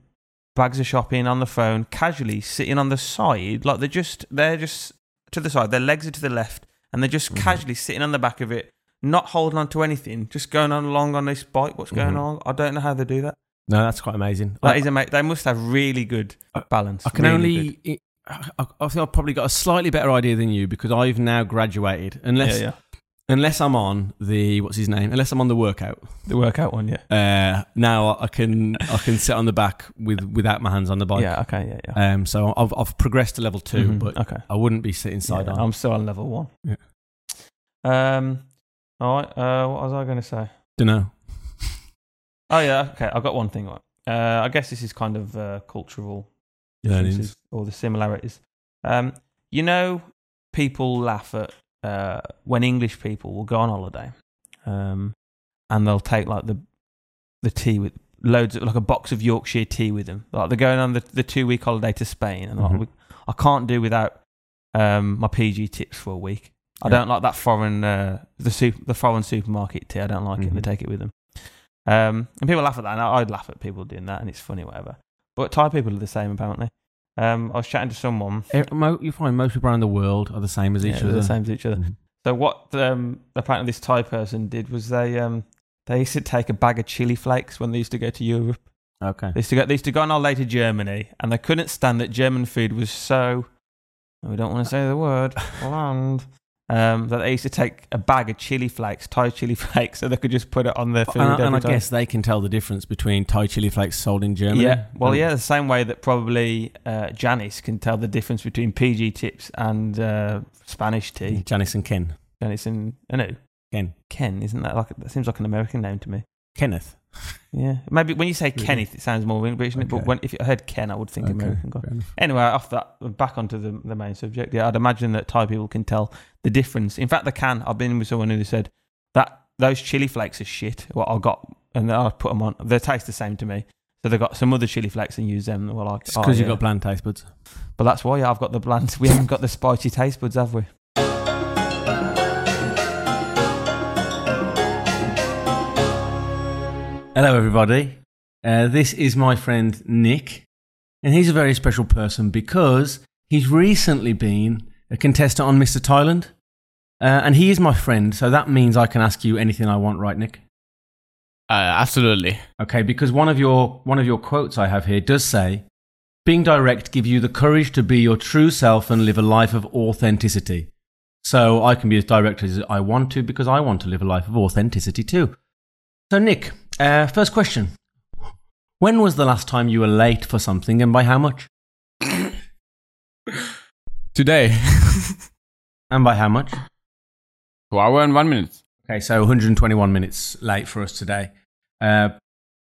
Speaker 2: bags of shopping on the phone, casually sitting on the side, like they're just they're just to the side. Their legs are to the left, and they're just
Speaker 1: Mhm.
Speaker 2: casually sitting on the back of it, not holding on to anything, just going on along on this bike. What's going
Speaker 1: Mhm.
Speaker 2: on? I don't know how they do that.
Speaker 1: No, that's quite amazing.
Speaker 2: That
Speaker 1: I-
Speaker 2: is ama- They must have really good
Speaker 1: I-
Speaker 2: balance.
Speaker 1: I can
Speaker 2: really good.
Speaker 1: only. It, I, I I think I've probably got a slightly better idea than you because I've now graduated. Unless
Speaker 2: yeah, yeah.
Speaker 1: unless I'm on the what's his name? Unless I'm on the workout.
Speaker 2: the workout one, yeah.
Speaker 1: Uh, now I can I can sit on the back with without my hands on the bike.
Speaker 2: Yeah, okay, yeah, yeah.
Speaker 1: Um. So I've I've progressed to level 2
Speaker 2: Mhm,
Speaker 1: but
Speaker 2: okay.
Speaker 1: I wouldn't be sitting side
Speaker 2: Yeah,
Speaker 1: on.
Speaker 2: I'm still on level one.
Speaker 1: Yeah.
Speaker 2: Um. All right. Uh, what was I going to say?
Speaker 1: Don't know.
Speaker 2: Oh yeah. Okay. I got one thing. Right. Uh, I guess this is kind of uh, cultural
Speaker 1: Learnings.
Speaker 2: differences or the similarities. Um. You know, people laugh at uh when English people will go on holiday, um, and they'll take like the the tea with loads of like a box of Yorkshire tea with them. Like they're going on the, the two week holiday to Spain, and like,
Speaker 1: Mhm.
Speaker 2: we I can't do without um, my PG tips for a week. I
Speaker 1: Yeah.
Speaker 2: don't like that foreign uh, the sup- the foreign supermarket tea. I don't like it. and They
Speaker 1: Mhm.
Speaker 2: take it with them, um, and people laugh at that. And I, I'd laugh at people doing that, and it's funny, whatever. But Thai people are the same apparently. Um, I was chatting to someone.
Speaker 1: Eh, mo- You find most people around the world are the same as
Speaker 2: Yeah,
Speaker 1: each
Speaker 2: they're
Speaker 1: other.
Speaker 2: the same as each other.
Speaker 1: Mhm.
Speaker 2: So what um, apparently this Thai person did was they um, they used to take a bag of chili flakes when they used to go to Europe.
Speaker 1: Okay.
Speaker 2: They used to go, they used to go on holiday to Germany, and they couldn't stand that German food was so. We don't want to say the word bland. Um, that they used to take a bag of chili flakes, Thai chili flakes, so they could just put it on their food.
Speaker 1: And, I-
Speaker 2: every
Speaker 1: and I
Speaker 2: time.
Speaker 1: guess they can tell the difference between Thai chili flakes sold in Germany. Mm.
Speaker 2: Yeah. Well,
Speaker 1: and-
Speaker 2: yeah, the same way that probably uh, Janice can tell the difference between PG tips and uh, Spanish tea.
Speaker 1: Janice and Ken.
Speaker 2: Janice and I know
Speaker 1: Ken.
Speaker 2: Ken, isn't that like that seems like an American name to me?
Speaker 1: Kenneth.
Speaker 2: Yeah. Maybe when you say
Speaker 1: Really?
Speaker 2: Kenneth, it sounds more English, isn't it? But
Speaker 1: Okay.
Speaker 2: when if I heard Ken, I would think
Speaker 1: Okay,
Speaker 2: American guy.
Speaker 1: fair enough.
Speaker 2: Anyway, off that, back onto the, the main subject. Yeah, I'd imagine that Thai people can tell the difference. In fact, they can. I've been with someone who said that those chili flakes are shit. What I got, and then I put them on. They taste the same to me. So they got some other chili flakes and use them. Well, like,
Speaker 1: It's
Speaker 2: oh,
Speaker 1: because
Speaker 2: yeah.
Speaker 1: you've got bland taste buds.
Speaker 2: but that's why yeah, I've got the bland. We haven't got the spicy taste buds, have we?
Speaker 1: Hello, everybody. Uh, this is my friend Nick, and he's a very special person because he's recently been a contestant on Mr. Thailand, uh, and he is my friend, so that means I can ask you anything I want, right, Nick?
Speaker 3: Uh, absolutely.
Speaker 1: Okay, because one of your one of your quotes I have here does say, "Being direct give you the courage to be your true self and live a life of authenticity." So I can be as direct as I want to because I want to live a life of authenticity too. So, Nick, uh, first question. When was the last time you were late for something and by how much?
Speaker 2: Today.
Speaker 1: And by how much?
Speaker 2: Two hour and one minute.
Speaker 1: Okay, so 121 minutes late for us today. Uh,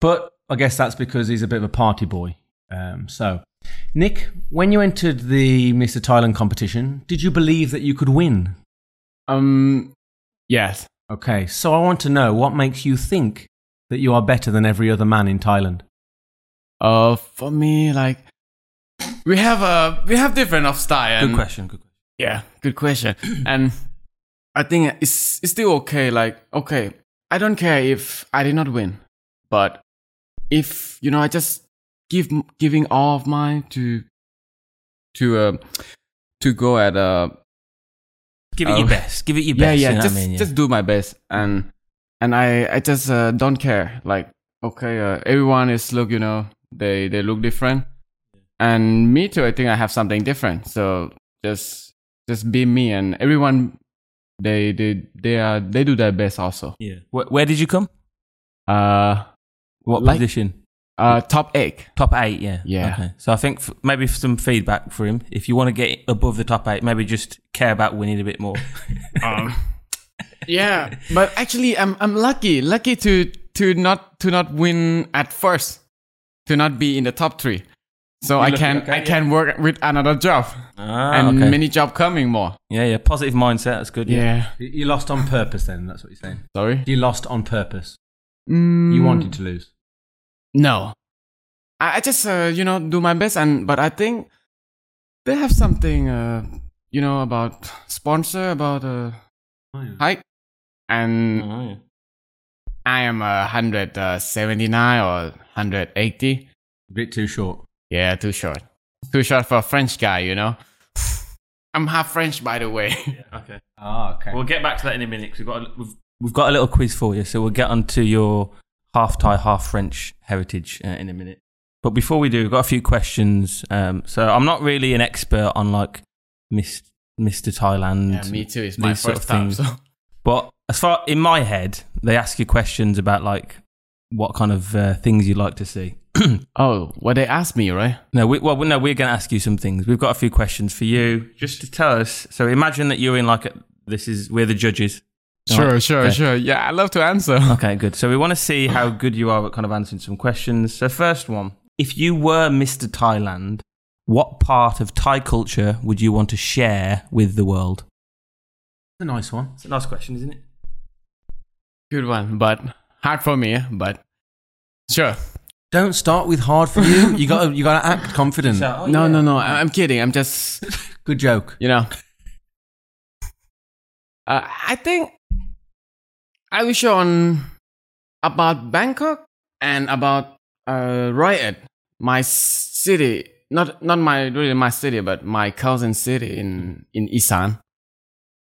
Speaker 1: but I guess that's because he's a bit of a party boy. Um, so, Nick, when you entered the Mr. Thailand competition, did you believe that you could win?
Speaker 2: Um, yes.
Speaker 1: Okay, so I want to know what makes you think that you are better than every other man in Thailand?
Speaker 2: Uh, f-
Speaker 3: For me, like we have a we have different of style.
Speaker 4: Good
Speaker 3: and-
Speaker 4: question. Good question.
Speaker 3: Yeah, good question. and I think it's it's still okay. Like okay, I don't care if I did not win, but if you know, I just give giving all of mine to
Speaker 2: to uh, to go at uh,
Speaker 4: Give it your
Speaker 2: Oh.
Speaker 4: best. Give it your
Speaker 2: yeah,
Speaker 4: best.
Speaker 2: yeah,
Speaker 4: you know
Speaker 2: just
Speaker 4: what I mean? Yeah.
Speaker 2: just do my best and
Speaker 3: and I I just uh, don't care. Like
Speaker 2: okay, uh, everyone is look, you know, they they look different, and me too. I think I have something different. So just just be me, and everyone, they they they are they do their best also.
Speaker 4: Yeah. Where, where did you come?
Speaker 2: Uh,
Speaker 4: What
Speaker 2: Like-
Speaker 4: position?
Speaker 2: uh, top eight.
Speaker 4: Top eight. Yeah.
Speaker 2: Yeah.
Speaker 4: Okay. So I think f- maybe f- some feedback for him. If you want to get above the top eight, maybe just care about winning a bit more.
Speaker 2: Um,
Speaker 3: yeah, but actually I'm I'm lucky lucky to to not to not win at first, to not be in the top three. So I
Speaker 4: lucky,
Speaker 3: can
Speaker 4: okay,
Speaker 3: I
Speaker 4: yeah.
Speaker 3: can work with another job
Speaker 4: ah,
Speaker 3: and
Speaker 4: okay.
Speaker 3: many job coming more.
Speaker 4: yeah. Yeah. Positive mindset. That's good.
Speaker 1: You- You lost on purpose then, that's what you're saying.
Speaker 2: sorry.
Speaker 1: You lost on purpose.
Speaker 3: Mm,
Speaker 4: Hmm.
Speaker 1: You wanted to lose.
Speaker 3: No. I, I just uh, you know do my best and but I think they have something uh, you know about sponsor about uh, hike and
Speaker 1: Mm.
Speaker 4: Oh, yeah.
Speaker 3: I am uh, 179 or 180.
Speaker 1: A bit too short.
Speaker 3: Yeah, too short. Too short for a French guy, you know. I'm half French by the way.
Speaker 4: yeah. Okay.
Speaker 1: Ah, okay.
Speaker 4: We'll get back to that in a minute 'cause we've got a, we've, we've got a little quiz for you. So we'll get onto your half Thai, half French heritage uh, in a minute. But before we do, we've got a few questions. Um, so I'm not really an expert on like Miss, Mr. Thailand,
Speaker 3: Yeah, me too. It's my
Speaker 4: These sort
Speaker 3: first
Speaker 4: of
Speaker 3: time.
Speaker 4: things.
Speaker 3: So.
Speaker 4: but as far in my head, they ask you questions about like what kind of uh, things you'd like to see.
Speaker 3: Oh, what they asked me, right?
Speaker 4: No, we, well, no, we're going to ask you some things. We've got a few questions for you just to tell us. So imagine that you're in like a, this is we're the judges.
Speaker 2: Sure, sure,
Speaker 4: okay.
Speaker 2: sure. Yeah, I love to answer.
Speaker 4: Okay, good. So we want to see how good you are at kind of answering some questions. So first one, if you were Mr. Thailand, what part of Thai culture would you want to share with the world?
Speaker 1: a nice one.
Speaker 4: It's a nice question, isn't it?
Speaker 2: Good one, but
Speaker 3: Hard for me, but sure.
Speaker 1: Don't start with hard for you. You got you got to act confident.
Speaker 4: So- oh,
Speaker 3: no,
Speaker 4: yeah.
Speaker 3: no, no. I- I'm kidding. I'm just
Speaker 1: Good joke.
Speaker 3: you know. Uh, I think I wish on about Bangkok and about uh, Riot, my city. Not not my really my city, but my cousin city in in Isan.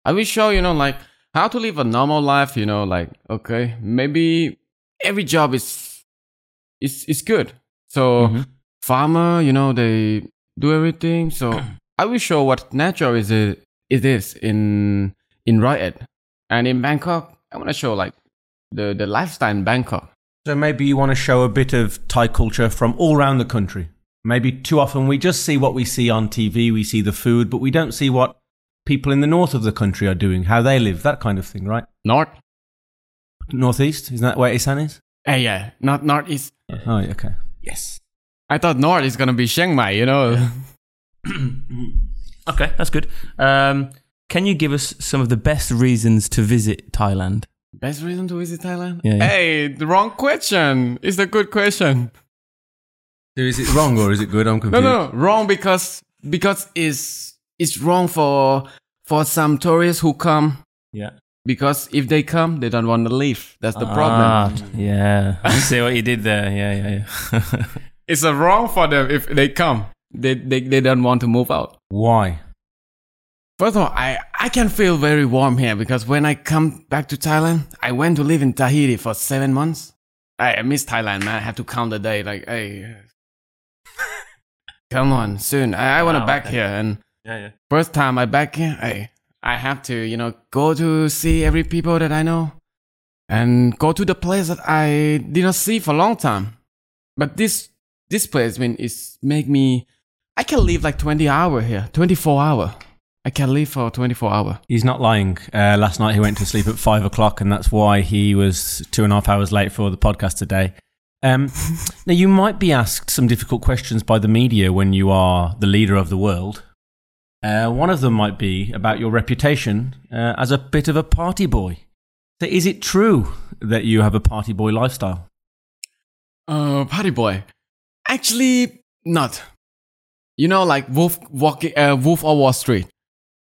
Speaker 3: I will show you know like how to live a normal life. You know like okay maybe every job is is is good. So
Speaker 4: Mhm.
Speaker 3: farmer, you know they do everything. So I will show what natural is it, it is in in Riot and in Bangkok. I want to show like the the lifestyle in Bangkok.
Speaker 1: So maybe you want to show a bit of Thai culture from all around the country. Maybe too often we just see what we see on TV, we see the food, but we don't see what people in the north of the country are doing, how they live, that kind of thing, right?
Speaker 3: North,
Speaker 1: Northeast, isn't that where Isan is?
Speaker 3: eh, yeah, not northeast.
Speaker 1: Oh, okay.
Speaker 4: Yes.
Speaker 3: I thought north is gonna be Chiang Mai, you know.
Speaker 4: Okay, that's good. Um, can you give us some of the best reasons to visit Thailand?
Speaker 3: Best reason to visit Thailand?
Speaker 4: Yeah, yeah.
Speaker 3: Hey, the wrong question. It's a good question.
Speaker 1: So is it wrong or is it good? I'm
Speaker 3: No,
Speaker 1: confused.
Speaker 3: no, wrong because because it's it's wrong for for some tourists who come
Speaker 4: Yeah.
Speaker 3: because if they come, they don't want to leave. That's the problem.
Speaker 4: Ah, yeah. I see what you did there. Yeah, yeah, yeah.
Speaker 3: It's a wrong for them if they come. They they, they don't want to move out.
Speaker 1: Why?
Speaker 3: First of all, I, I can feel very warm here because when I come back to Thailand, I went to live in Tahiti for seven months. I, I miss Thailand, man. I had to count the day like, hey, come on, soon. I, I want to
Speaker 4: Wow,
Speaker 3: back
Speaker 4: okay.
Speaker 3: here. And
Speaker 4: yeah, yeah.
Speaker 3: first time I back here, I I have to, you know, go to see every people that I know and go to the place that I did not see for a long time. But this this place, I mean, is make me. I can live like twenty hour here, twenty four hour. I can live for twenty four hour.
Speaker 1: He's not lying. Uh, last night he went to sleep at five o'clock, and that's why he was two and a half hours late for the podcast today. Um, now, you might be asked some difficult questions by the media when you are the leader of the world. Uh, one of them might be about your reputation uh, as a bit of a party boy. So is it true that you have a party boy lifestyle?
Speaker 3: Uh, party boy. Actually, not. You know, like Wolf walking, uh, Wolf of Wall Street.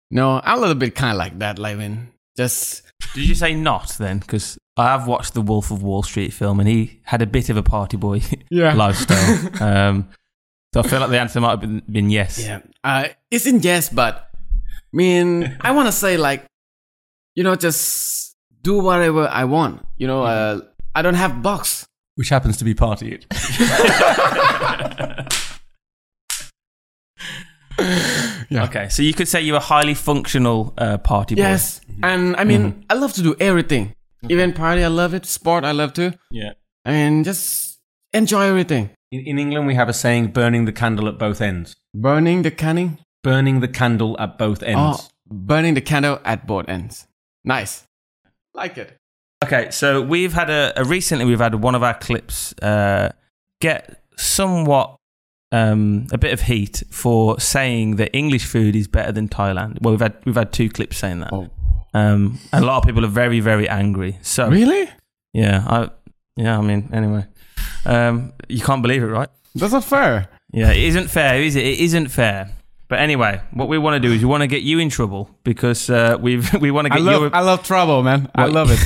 Speaker 3: No, I'm a little bit kind of like that. Like, I mean, just
Speaker 4: Did you say not then? Because I have watched the Wolf of Wall Street film, and he had a bit of a party boy
Speaker 3: yeah,
Speaker 4: lifestyle. Um, so I feel like the answer might have been, been yes.
Speaker 3: Yeah. Uh, it's in yes, but I mean, I want to say like, you know, just do whatever I want. You know, uh, I don't have box.
Speaker 1: Which happens to be partied.
Speaker 4: Okay, so you could say you're a highly functional uh, party boy.
Speaker 3: Yes, and I mean, I love to do everything. Even party, I love it. Sport, I love too.
Speaker 4: Yeah.
Speaker 3: I mean, just enjoy everything.
Speaker 1: In, in England, we have a saying burning the candle at both ends.
Speaker 3: Burning the canning.
Speaker 1: Burning the candle at both ends.
Speaker 3: Oh, burning the candle at both ends. Nice. Like it.
Speaker 4: Okay, so we've had a, a recently we've had one of our clips uh, get somewhat um, a bit of heat for saying that English food is better than Thailand. Well, we've had we've had two clips saying that.
Speaker 3: Oh.
Speaker 4: Um, and a lot of people are very very angry. So
Speaker 3: Really?
Speaker 4: yeah, I yeah, I mean anyway, um, you can't believe it, right?
Speaker 3: That's not fair.
Speaker 4: Yeah, it isn't fair, is it? It isn't fair. But anyway, what we want to do is we want to get you in trouble because uh, we've we want to
Speaker 3: I
Speaker 4: get
Speaker 3: love,
Speaker 4: you.
Speaker 3: I love trouble, man. I
Speaker 4: What-
Speaker 3: love it.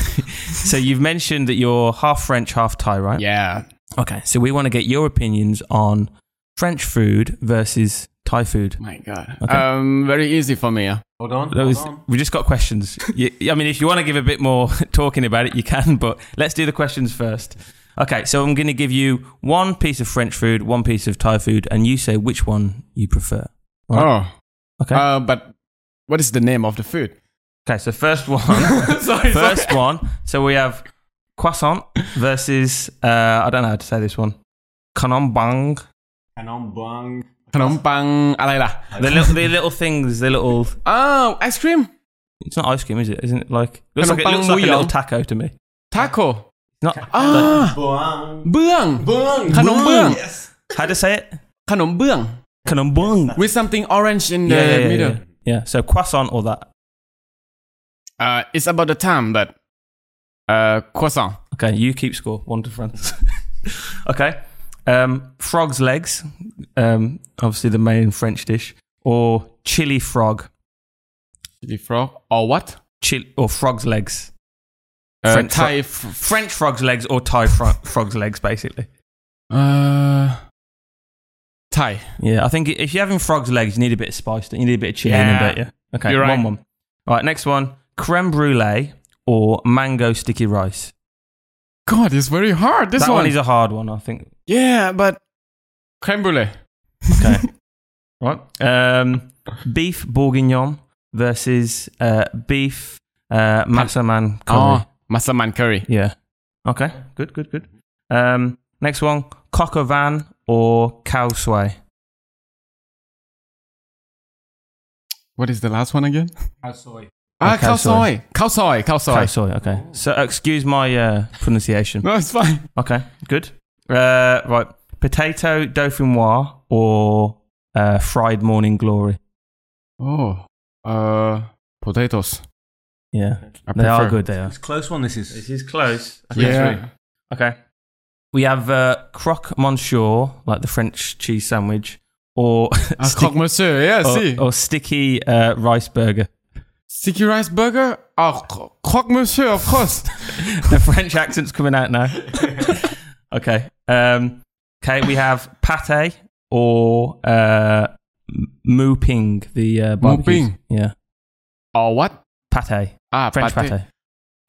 Speaker 4: so you've mentioned that you're half French, half Thai, right?
Speaker 3: yeah.
Speaker 4: Okay, so we want to get your opinions on French food versus Thai food.
Speaker 3: My God.
Speaker 4: Okay.
Speaker 3: Um, very easy for me. uh.
Speaker 1: Hold on.
Speaker 4: Those, we just got questions. You- I mean, if you want to give a bit more talking about it, you can, but let's do the questions first. Okay, so I'm going to give you one piece of French food, one piece of Thai food, and you say which one you prefer. All
Speaker 3: Oh.
Speaker 4: Okay.
Speaker 3: Uh, but what is the name of the food?
Speaker 4: Okay, so first one,
Speaker 3: sorry,
Speaker 4: first one. So we have croissant versus uh, I don't know how to say this one. Kanonbang.
Speaker 3: Khnom pang,อะไรล่ะ?
Speaker 4: The little, the little things, the little
Speaker 3: Oh, ice cream,
Speaker 4: It's not ice cream, is it? Isn't it like looks like, it
Speaker 3: Kanapang
Speaker 4: looks like a
Speaker 3: Muyong.
Speaker 4: little taco to me.
Speaker 3: taco.
Speaker 4: Not
Speaker 3: Ah, Bương. Khnom Bương.
Speaker 4: how to say it?
Speaker 3: Khnom Bương.
Speaker 4: Kanambung.
Speaker 3: With something orange in the
Speaker 4: Yeah, yeah, yeah,
Speaker 3: middle.
Speaker 4: yeah. Yeah, So croissant or that.
Speaker 3: Uh, it's about the time, but uh, croissant.
Speaker 4: Okay, you keep score. One to France. okay. Um, frog's legs. Um, obviously the main French dish. Or chili frog.
Speaker 3: Chili frog or what?
Speaker 4: Chili or frog's legs.
Speaker 3: Uh,
Speaker 4: French
Speaker 3: Thai. Fr-
Speaker 4: French frog's legs or Thai fro- frog's legs, basically.
Speaker 3: uh, Thai.
Speaker 4: Yeah, I think if you're having frog's legs, you need a bit of spice. don't You You need a bit of chili in
Speaker 3: Yeah.
Speaker 4: it, don't you? Okay,
Speaker 3: You're right.
Speaker 4: one one. All right, next one: creme brulee or mango sticky rice.
Speaker 3: God, it's very hard. This
Speaker 4: that
Speaker 3: one.
Speaker 4: one. is a hard one, I think.
Speaker 3: yeah, but creme brulee.
Speaker 4: Okay, right. Um, beef bourguignon versus uh, beef uh, massaman curry.
Speaker 3: Oh, masaman curry.
Speaker 4: Yeah. Okay. Good. Good. Good. Um, next one: coq au vin or cow sway.
Speaker 3: What is the last one again?
Speaker 4: Ah,
Speaker 3: Ah,
Speaker 4: cow
Speaker 3: cow
Speaker 4: soy.
Speaker 3: soy. Cow soy. Cow
Speaker 4: Cow
Speaker 3: soy.
Speaker 4: soy. Okay. So excuse my uh, pronunciation.
Speaker 3: No, it's fine.
Speaker 4: Okay, good. Uh, right, potato dauphinoise or uh, fried morning glory.
Speaker 3: Oh, uh, potatoes.
Speaker 4: Yeah,
Speaker 3: I
Speaker 4: they are
Speaker 3: prefer.
Speaker 4: good. They are.
Speaker 1: It's a close one, this is.
Speaker 4: is close.
Speaker 3: Yeah.
Speaker 4: Okay. We have uh, croque monsieur, like the French cheese sandwich, or
Speaker 3: Ah, croque monsieur. Yeah, see.
Speaker 4: or, or sticky uh, rice burger.
Speaker 3: Sticky rice burger? Oh, cro- croque monsieur, of course.
Speaker 4: the French accent's coming out now. okay. Um, okay, we have pate or uh, m- moo ping, the uh, barbecues.
Speaker 3: ping.
Speaker 4: Yeah,
Speaker 3: or what?
Speaker 4: pate.
Speaker 3: Ah,
Speaker 4: Oh, French pate.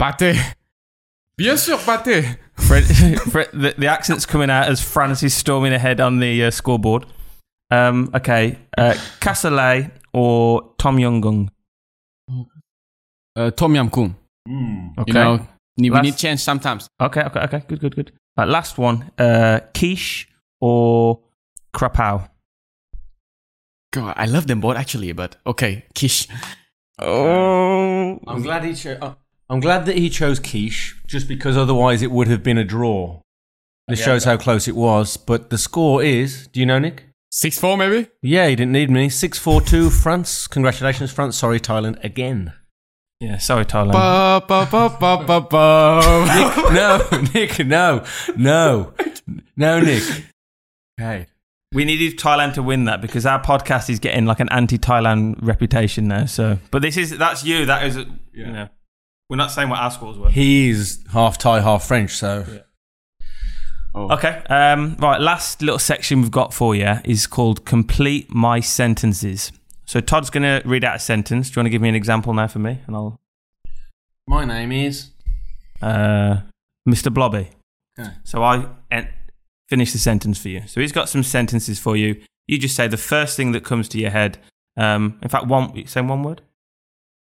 Speaker 3: Pâté. Bien sûr, pâté.
Speaker 4: Fred, Fred, the, the accent's coming out as France is storming ahead on the uh, scoreboard. Um, okay, uh, Cassoulet or Tom Yong Gung?
Speaker 3: uh, Tom Yam Kung.
Speaker 1: Hmm.
Speaker 4: Okay.
Speaker 3: You know, we
Speaker 4: Last-
Speaker 3: need change sometimes.
Speaker 4: Okay, okay, okay. Good, good, good. Uh, last one. Uh, quiche or krapow?
Speaker 3: God, I love them both actually, but okay, quiche.
Speaker 4: Oh.
Speaker 1: I'm glad he chose. I'm glad that he chose quiche, just because otherwise it would have been a draw. This shows how close it was. But the score is. Do you know, Nick?
Speaker 3: Six four maybe.
Speaker 1: Yeah, he didn't need me. Six four two France. Congratulations, France. Sorry, Thailand again.
Speaker 4: Yeah, sorry, Thailand.
Speaker 3: Ba, ba, ba, ba, ba, ba.
Speaker 1: no, Nick. No, no, no, Nick. Hey.
Speaker 4: we needed Thailand to win that because our podcast is getting like an anti-Thailand reputation now. So, but this is that's you. That is, you know, we're not saying what our scores were.
Speaker 1: He is half Thai, half French, so
Speaker 4: Okay. Um, right. Last little section we've got for you is called complete my sentences. So Todd's going to read out a sentence. Do you want to give me an example now for me, and I'll
Speaker 1: my name is
Speaker 4: uh, Mr. Blobby.
Speaker 1: Okay.
Speaker 4: So I en- finish the sentence for you. So he's got some sentences for you. You just say the first thing that comes to your head. Um, in fact, one say one word.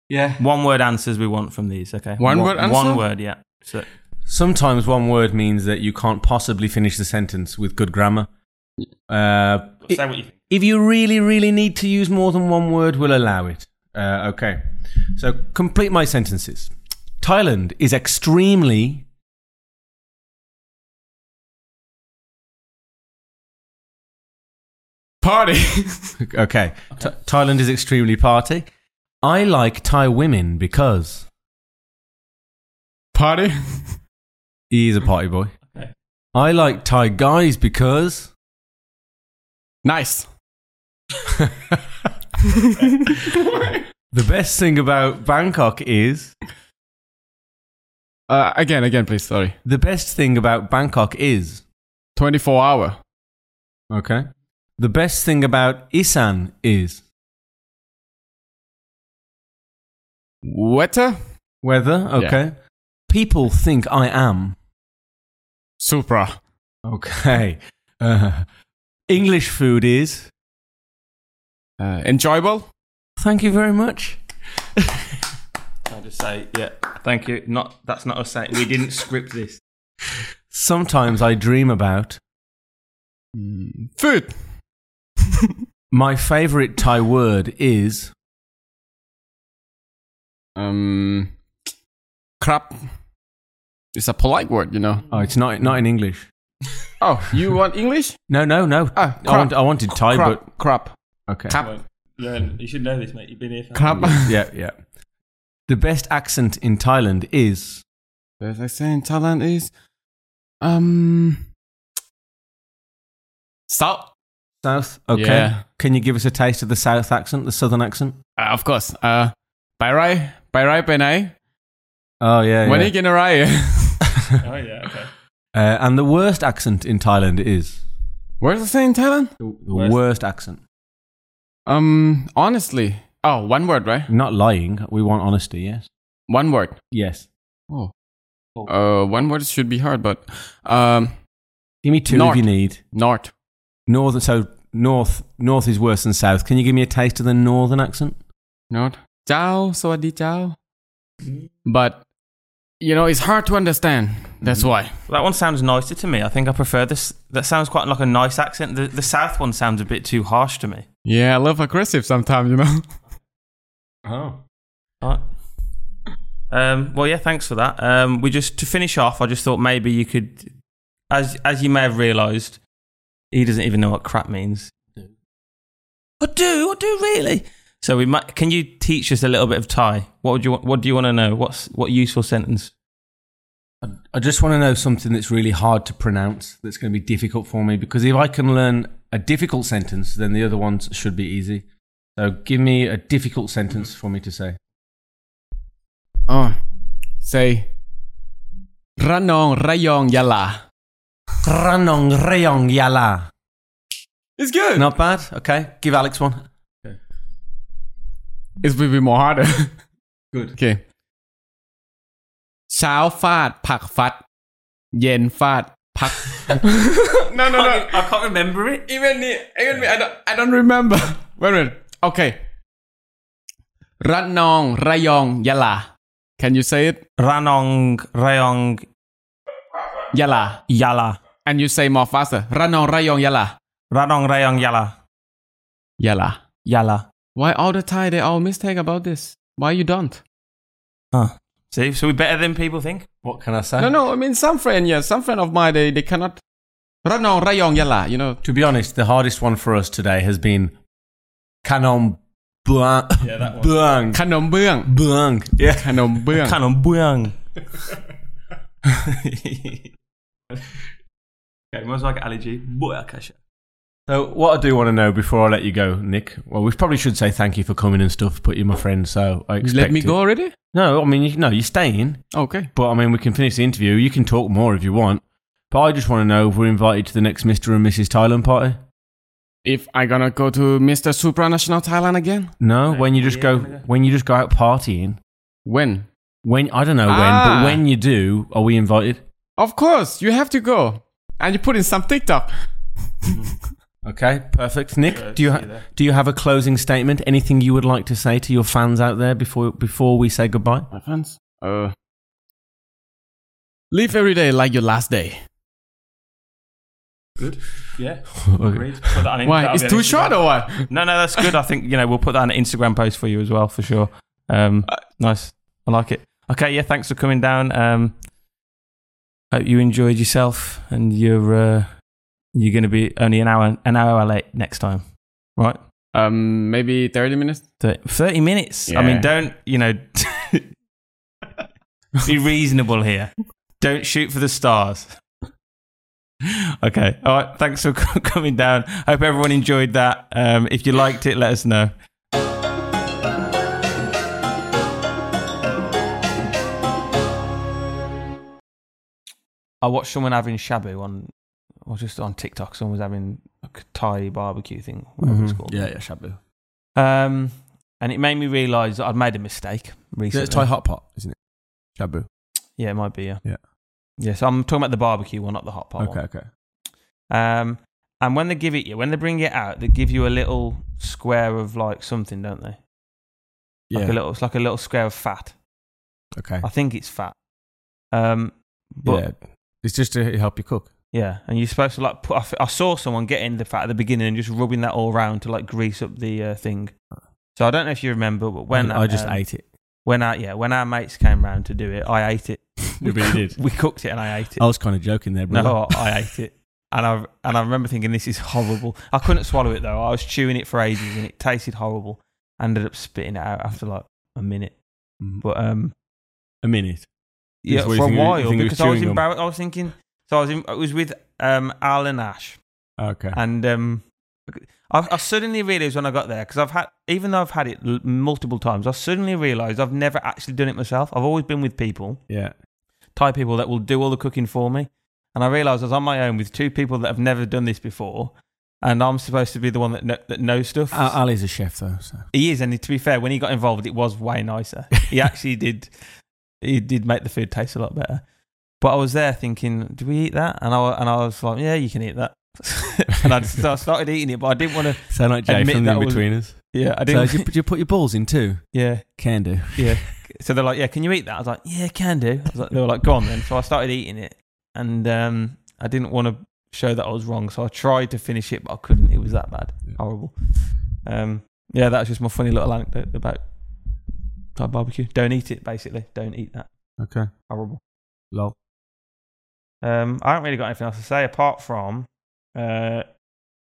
Speaker 1: Yeah.
Speaker 4: One word answers we want from these. Okay.
Speaker 3: One word answer?
Speaker 4: One word. Yeah. So
Speaker 1: Sometimes one word means that you can't possibly finish the sentence with good grammar. Uh,
Speaker 4: say what you think.
Speaker 1: if you really, really need to use more than one word, we'll allow it. Uh, okay. So complete my sentences. Thailand is extremely.
Speaker 3: Party.
Speaker 1: Okay. Th- Thailand is extremely party. I like Thai women because
Speaker 3: Party.
Speaker 1: he is a party boy.
Speaker 4: Okay.
Speaker 1: I like Thai guys because.
Speaker 3: Nice. Uh,
Speaker 1: The best thing about Bangkok is.
Speaker 3: Uh, again, again, please. Sorry.
Speaker 1: The best thing about Bangkok is.
Speaker 3: 24 hour.
Speaker 1: Okay. The best thing about Isan is
Speaker 3: Wetter.
Speaker 1: weather. Okay. People think I am.
Speaker 3: Supra.
Speaker 1: Okay. Uh, English food is.
Speaker 3: Uh, enjoyable.
Speaker 1: Thank you very much.
Speaker 4: I'll just say yeah. Thank you. Not that's not us saying we didn't script this.
Speaker 1: Sometimes I dream about
Speaker 3: Mm, Food.
Speaker 1: my favorite Thai word is.
Speaker 3: Um, crap. It's a polite word, you know.
Speaker 1: Oh, it's not not in English.
Speaker 3: Oh, you want English?
Speaker 1: No, no, no.
Speaker 3: Ah,
Speaker 1: I, want,
Speaker 3: crap.
Speaker 1: I wanted Thai,
Speaker 3: crap. Crap.
Speaker 1: but okay.
Speaker 3: Crap.
Speaker 4: Learn. You should know this, mate. You've been here. For
Speaker 3: Crap.
Speaker 1: Yeah, yeah. The best accent in Thailand is.
Speaker 3: Best accent in Thailand is um South.
Speaker 1: South. Okay.
Speaker 3: Yeah.
Speaker 1: Can you give us a taste of the South accent, the Southern accent?
Speaker 3: Uh, of course. Uh by right, by right, by night.
Speaker 1: Oh yeah.
Speaker 3: When
Speaker 1: yeah.
Speaker 3: you gonna ride?
Speaker 4: Oh yeah. Okay.
Speaker 1: Uh, and the worst accent in Thailand is
Speaker 3: Where's the accent in Thailand?
Speaker 1: the
Speaker 4: Worst.
Speaker 1: worst, accent.
Speaker 3: Um, honestly. Oh, one word, right?
Speaker 1: Not lying. We want honesty. Yes.
Speaker 3: One word.
Speaker 1: Yes.
Speaker 3: Oh. Uh, one word should be hard, but um,
Speaker 1: Give me two
Speaker 3: North.
Speaker 1: if you need.
Speaker 3: north.
Speaker 1: Northern. So north. North is worse than south. Can you give me a taste of the northern accent?
Speaker 3: Not Ciao, Sawadi Ciao. But you know, it's hard to understand. That's why.
Speaker 4: That one sounds nicer to me. I think I prefer this. That sounds quite like a nice accent. The, the South one sounds a bit too harsh to me.
Speaker 3: Yeah, I love aggressive sometimes, you know.
Speaker 1: Oh.
Speaker 4: Right. Um, well, yeah, thanks for that. Um, we just to finish off. I just thought maybe you could, as as you may have realised, he doesn't even know what crap means. I do. I do really. So we might. Can you teach us a little bit of Thai? What would you want? What do you want to know? What's what useful sentence?
Speaker 1: I just want to know something that's really hard to pronounce. That's going to be difficult for me because if I can learn a difficult sentence, then the other ones should be easy. So give me a difficult sentence for me to say.
Speaker 3: Oh, say Ranong Rayong Yala.
Speaker 1: Ranong Rayong Yala.
Speaker 3: It's good.
Speaker 1: Not bad. Okay, give Alex one.
Speaker 3: It will be more harder.
Speaker 1: Good.
Speaker 3: okay. เช้าฟาดผักฟัดเย็นฟาดผัก No no no
Speaker 4: I can't remember it.
Speaker 3: even me even me I don't I don't remember Wait a minute Okay ระนองระยองยะลา Can you say it?
Speaker 2: Ranong, Rayong,
Speaker 3: Yala.
Speaker 2: Yala.
Speaker 3: And you say more faster. Ranong Rayong Yala.
Speaker 2: Ranong, Rayong, Yala.
Speaker 3: Yala.
Speaker 2: Yala.
Speaker 3: Why all the time they all mistake about this? Why you don't?
Speaker 2: See, so we're better than people think.
Speaker 1: What can I say?
Speaker 3: No, no. I mean, some friend, yeah, some friend of mine, they, they cannot. Ranong Rayong Yala. You know,
Speaker 1: To be honest, the hardest one for us today has been Canon Buang. Yeah, that one. Buang.
Speaker 3: Kanom Beung.
Speaker 1: Buang. Yeah.
Speaker 3: Kanom Beung.
Speaker 2: Kanon Buyang. Okay, most like Ali G. Buyakasha.
Speaker 1: So, what I do want to know before I let you go, Nick, well, we probably should say thank you for coming and stuff, but you're my friend, so I expect.
Speaker 3: Let me
Speaker 1: it.
Speaker 3: go already?
Speaker 1: No, I mean, you, no, you're staying,
Speaker 3: Okay.
Speaker 1: but I mean, we can finish the interview. You can talk more if you want, but I just want to know if we're invited to the next Mr. and Mrs. Thailand party.
Speaker 3: If I gonna go to Mr. Supranational Thailand again?
Speaker 1: No,
Speaker 2: No,
Speaker 1: when you just
Speaker 2: yeah,
Speaker 1: go,
Speaker 2: yeah.
Speaker 1: when you just go out partying,
Speaker 3: When?
Speaker 1: when I don't know when,
Speaker 3: Ah.
Speaker 1: but when you do, are we invited?
Speaker 3: Of course, you have to go. And you put in some TikTok.
Speaker 1: Okay, perfect. Nick,
Speaker 2: Yeah,
Speaker 1: do you
Speaker 2: see
Speaker 1: ha-
Speaker 2: you there.
Speaker 1: do you have a closing statement? Anything you would like to say to your fans out there before before we say goodbye?
Speaker 3: My friends? Uh. Live every day like your last day.
Speaker 2: Yeah.
Speaker 1: Okay.
Speaker 2: Agreed. Put that on in-
Speaker 3: Why?
Speaker 2: that'll
Speaker 3: It's
Speaker 2: be on
Speaker 3: too
Speaker 2: Instagram.
Speaker 3: short or what?
Speaker 2: No, no, that's good. I think you know we'll put that on an Instagram post for you as well for sure. Um, nice, I like it. Okay, yeah, thanks for coming down. Um, hope you enjoyed yourself, and you're uh, you're going to be only an hour an hour late next time, right?
Speaker 3: Um, maybe 30 minutes?
Speaker 2: Thir- Thirty minutes. I
Speaker 3: Yeah.
Speaker 2: mean, don't you know? be reasonable here. Don't shoot for the stars. Okay. All right. Thanks for co- coming down. Hope everyone enjoyed that. Um, if you liked it, let us know. I watched someone having shabu on, or just on TikTok. Someone was having a Thai barbecue thing, whatever it's
Speaker 1: Mhm.
Speaker 2: called.
Speaker 1: Yeah, yeah, shabu.
Speaker 2: Um, and it made me realise that I'd made a mistake
Speaker 1: Yeah,
Speaker 2: recently.
Speaker 1: it's Thai hot pot, isn't it? Shabu.
Speaker 2: Yeah, it might be. Yeah.
Speaker 1: Yeah.
Speaker 2: Yeah, so I'm talking about the barbecue one, not the hot pot
Speaker 1: Okay,
Speaker 2: one.
Speaker 1: okay.
Speaker 2: Um, and when they give it you, when they bring it out, they give you a little square of like something, don't they?
Speaker 1: Yeah.
Speaker 2: Like a little, it's like a little square of fat.
Speaker 1: okay.
Speaker 2: I think it's fat. Um, but yeah.
Speaker 1: yeah. It's just to help you cook.
Speaker 2: and you're supposed to like put. I, f- I saw someone getting the fat at the beginning and just rubbing that all around to like grease up the uh, thing. So I don't know if you remember, but when
Speaker 1: I just
Speaker 2: um,
Speaker 1: ate it.
Speaker 2: when our yeah when our mates came round to do it, I ate it.
Speaker 1: You really did.
Speaker 2: We cooked it and I ate it.
Speaker 1: I was kind of joking there, brother.
Speaker 2: no, I ate it, and I and I remember thinking this is horrible. I couldn't swallow it though. I was chewing it for ages and it tasted horrible. I ended up spitting it out after like a minute,
Speaker 1: Mm.
Speaker 2: but um
Speaker 1: a minute.
Speaker 2: yeah
Speaker 1: what you
Speaker 2: for a
Speaker 1: think- you
Speaker 2: while
Speaker 1: think it was
Speaker 2: because I was
Speaker 1: chewing gum?
Speaker 2: embarrassed. I was thinking so I was in, I was with um Alan Ash
Speaker 1: Okay.
Speaker 2: and um. I, I suddenly realised when I got there because I've had, even though I've had it l- multiple times, I suddenly realised I've never actually done it myself. I've always been with people,
Speaker 1: yeah.
Speaker 2: Thai people that will do all the cooking for me. And I realized I was on my own with two people that have never done this before. And I'm supposed to be the one that, kn- that knows stuff.
Speaker 1: Al- Ali's a chef though, so
Speaker 2: he is. And to be fair, when he got involved, it was way nicer. He actually did, he did make the food taste a lot better. But I was there thinking, do we eat that? And I, wa- and I was like, yeah, you can eat that. and I, just, so I started eating it, but I didn't want to.
Speaker 1: sound like Jay
Speaker 2: Admit
Speaker 1: from the
Speaker 2: that was-
Speaker 1: Inbetweeners.
Speaker 2: Yeah, I
Speaker 1: So
Speaker 2: didn't.
Speaker 1: did you, put- you put your balls in too?
Speaker 2: yeah,
Speaker 1: Can do.
Speaker 2: yeah. So they're like, yeah, can you eat that? I was like, yeah, can do. I was like, they were like, go on then. So I started eating it, and um, I didn't want to show that I was wrong, so I tried to finish it, but I couldn't. It was that bad,
Speaker 1: Yeah.
Speaker 2: horrible. Um, yeah, that was just my funny little anecdote about Thai barbecue. Don't eat it, basically. Don't eat that.
Speaker 1: Okay.
Speaker 2: Horrible.
Speaker 1: Lol.
Speaker 2: Um, I haven't really got anything else to say apart from uh,